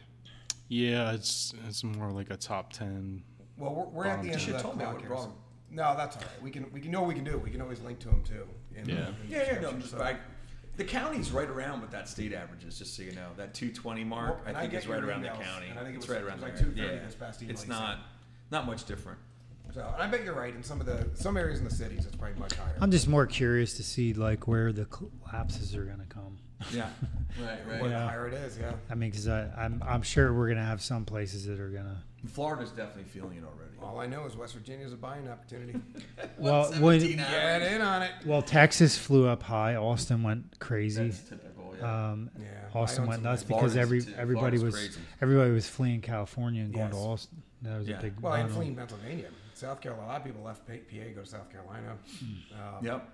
E: Yeah, it's it's more like a top 10.
B: Well, we're, we're at the end
E: Bottom two.
B: of the
D: Should've told me I
B: clock
D: would've
B: here.
D: brought
B: so-
D: 'em.
B: No, that's all right. We can we can know what we can do. We can always link to them too. in the-
E: Yeah.
B: in the
D: (laughs) Yeah, yeah, no,
B: description,
D: I'm just
B: so-
D: like the county's right around with that state averages, just so you know. That 220 mark,
B: Well, and
D: I
B: I
D: think
B: get
D: it's right
B: your
D: around the
B: emails,
D: county.
B: and I think it
D: it's
B: was-
D: right
B: it
D: around
B: was like
D: there.
B: 230
D: yeah.
B: this past email
D: It's
B: you sent.
D: not not much different.
B: So and I bet you're right. In some of the some areas in the cities, it's probably much higher.
A: I'm just more curious to see like where the collapses are going to come.
D: (laughs) Yeah. right. Right.
B: Or the
A: Yeah.
B: higher it is, yeah.
A: I mean, because I'm I'm sure we're going to have some places that are going to.
D: Florida's definitely feeling it already.
B: All I know is West Virginia's a buying
D: (laughs)
B: opportunity.
A: Well,
D: 117
A: when-
D: average.
B: Get in on it.
A: Well, Texas flew up high. Austin went crazy.
D: That's typical. Yeah.
A: Um,
B: Yeah, I
A: Austin
B: own
A: went
B: some
A: nuts
B: land.
A: because
D: Florida's
A: every
D: too.
A: everybody
D: Florida's
A: was
D: crazy.
A: everybody was fleeing California and going to
B: Yes.
A: Austin. That was
D: Yeah.
A: a big.
B: Well, and
A: run on-
B: fleeing Pennsylvania, South Carolina. A lot of people left PA, to go to South Carolina.
A: Hmm.
B: Um,
D: yep.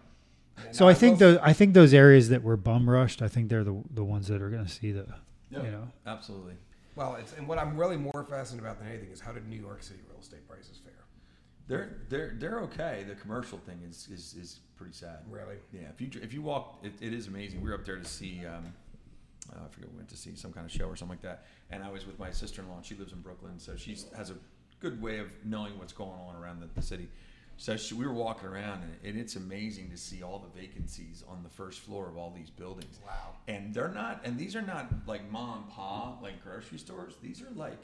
B: and
A: So I think
B: will-
A: those I think those areas that were bum rushed, I think they're the the ones that are going to see the.
D: Yep.
A: You know. (laughs)
D: Absolutely.
B: Well, it's, and what I'm really more fascinated about than anything is how did New York City real estate prices fare?
D: They're they're they're okay. The commercial thing is is, is pretty sad.
B: Really?
D: Yeah. If you dr- if you walk, it, it is amazing. We were up there to see. Um, uh, I forget we went to see some kind of show or something like that, and I was with my sister in law. and She lives in Brooklyn, so she has a good way of knowing what's going on around the, the city. So she, we were walking around, and, and it's amazing to see all the vacancies on the first floor of all these buildings.
B: Wow.
D: And they're not, and these are not like mom and pa like grocery stores. These are like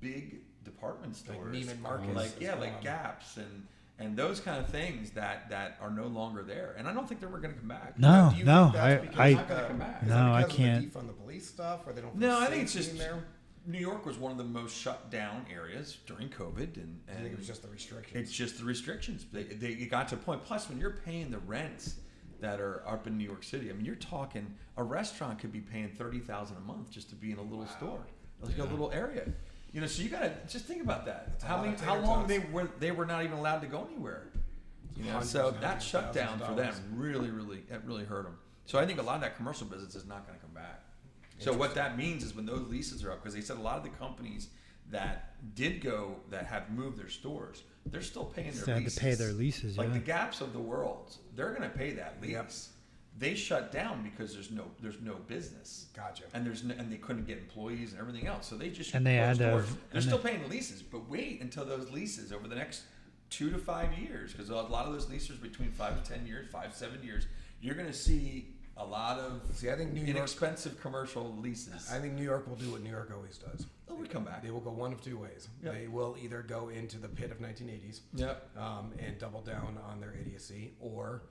D: big department
B: Like
D: stores,
B: Neiman Marcus
D: like
B: is
D: yeah,
B: one.
D: like Gaps and and those kind of things that that are no longer there. And I don't think they're ever going to come back.
A: No,
B: Do you
A: no,
B: think that's
A: I,
B: because
A: I
B: of
D: not gonna come back.
B: is that
A: No, I
B: because of
A: can't.
B: The defund the police stuff, or they don't. feel
D: No, I
B: safe
D: think it's
B: being
D: just
B: there.
D: New York was one of the most shut down areas during COVID, and,
B: I
D: and
B: think it was just the restrictions.
D: it's just the restrictions. They, they it got to a point. Plus, when you're paying the rents that are up in New York City, I mean, you're talking a restaurant could be paying thirty thousand a month just to be in a little store, like a little area. You know, so you gotta just think about that.
B: a
D: how
B: lot
D: many,
B: of
D: how
B: tater
D: long
B: tots.
D: they were they were not even allowed to go anywhere. You know,
B: Hundreds
D: so
B: and
D: that
B: hundreds of
D: shutdown for
B: thousands of
D: them really, really, that really hurt them. So I think a lot of that commercial business is not going to come back. So what that means is when those leases are up, because they said a lot of the companies that did go that have moved their stores, they're still paying their
A: They had
D: leases.
A: to pay their leases,
D: Like
A: yeah.
D: the Gaps of the world, they're going to pay that lease.
B: Yep.
D: They shut down because there's no there's no business.
B: Gotcha.
D: And there's no, and they couldn't get employees and everything else, so they just
A: And they
D: closed
A: had to-
D: doors. They're
A: and
D: still
A: they-
D: paying the leases, but wait until those leases over the next two to five years, because a lot of those leases are between five to ten years, five seven years. You're going to see a lot of
B: See, I think New York-
D: inexpensive commercial leases.
B: I think New York will do what New York always does.
D: Oh, we come back.
B: They will go one of two ways.
D: Yep.
B: They will either go into the pit of 1980s
D: Yep.
B: um, and double down on their idiocy, or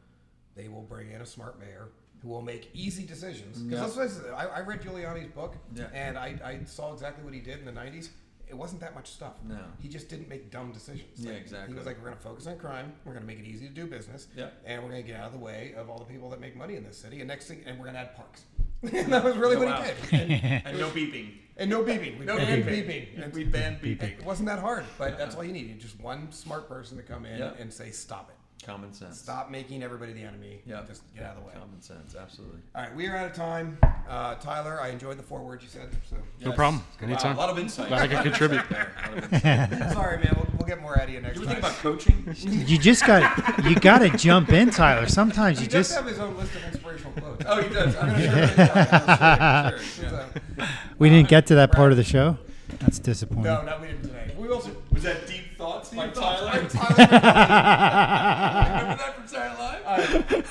B: they will bring in a smart mayor who will make easy decisions.
D: Yep.
B: Because let's face it, I, I read Giuliani's book,
D: Yeah.
B: and I, I saw exactly what he did in the 90s. It wasn't that much stuff.
D: No.
B: He just didn't make dumb decisions.
D: Yeah,
B: Like,
D: exactly.
B: He was like, we're going to focus on crime, we're going to make it easy to do business,
D: Yep.
B: and we're going to get out of the way of all the people that make money in this city, and next thing, and we're going to add parks. (laughs) and that was really
D: Oh,
B: what
D: wow.
E: (laughs)
B: he did. And-
D: and (laughs) no beeping.
B: and no beeping. We
D: No
B: banned
D: beeping.
B: beeping. And
D: We ban beeping.
B: It wasn't that hard, but that's all you need. You Just one smart person to come in
D: Yeah.
B: and say, stop it.
D: Common sense.
B: Stop making everybody the enemy.
D: Yeah.
B: Just get out of the way.
D: Common sense. Absolutely.
B: All right, we are out of time. Uh, Tyler, I enjoyed the four words you said. So. (laughs)
E: No problem.
D: Wow,
E: Anytime.
D: a lot of insight.
E: Glad
D: (laughs)
E: I could contribute.
D: There, a lot of
E: (laughs)
D: insight.
B: Sorry, man. We'll, we'll get more out of you next
D: You ever
B: time.
D: think about coaching?
A: you just got you got to jump in, Tyler. Sometimes
B: he
A: you
B: does
A: just
B: have his own list of inspirational quotes.
D: Oh, he does.
B: I'm
D: I'm (laughs)
B: gonna
D: sure.
B: share it with you.
D: I'm sure,
B: So,
D: yeah.
A: we didn't get to that part of the show. That's disappointing.
B: No, no, we didn't today. We also.
D: Was that deep
E: (laughs)
D: thoughts by Tyler?
B: Tyler
A: (laughs)
D: Remember that from Saturday Night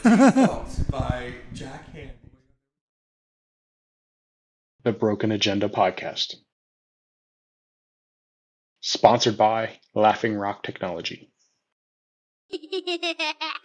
D: Live? deep thoughts by Jack Handy.
C: The Broken Agenda Podcast. Sponsored by Laughing Rock Technology.
F: Ha ha ha ha!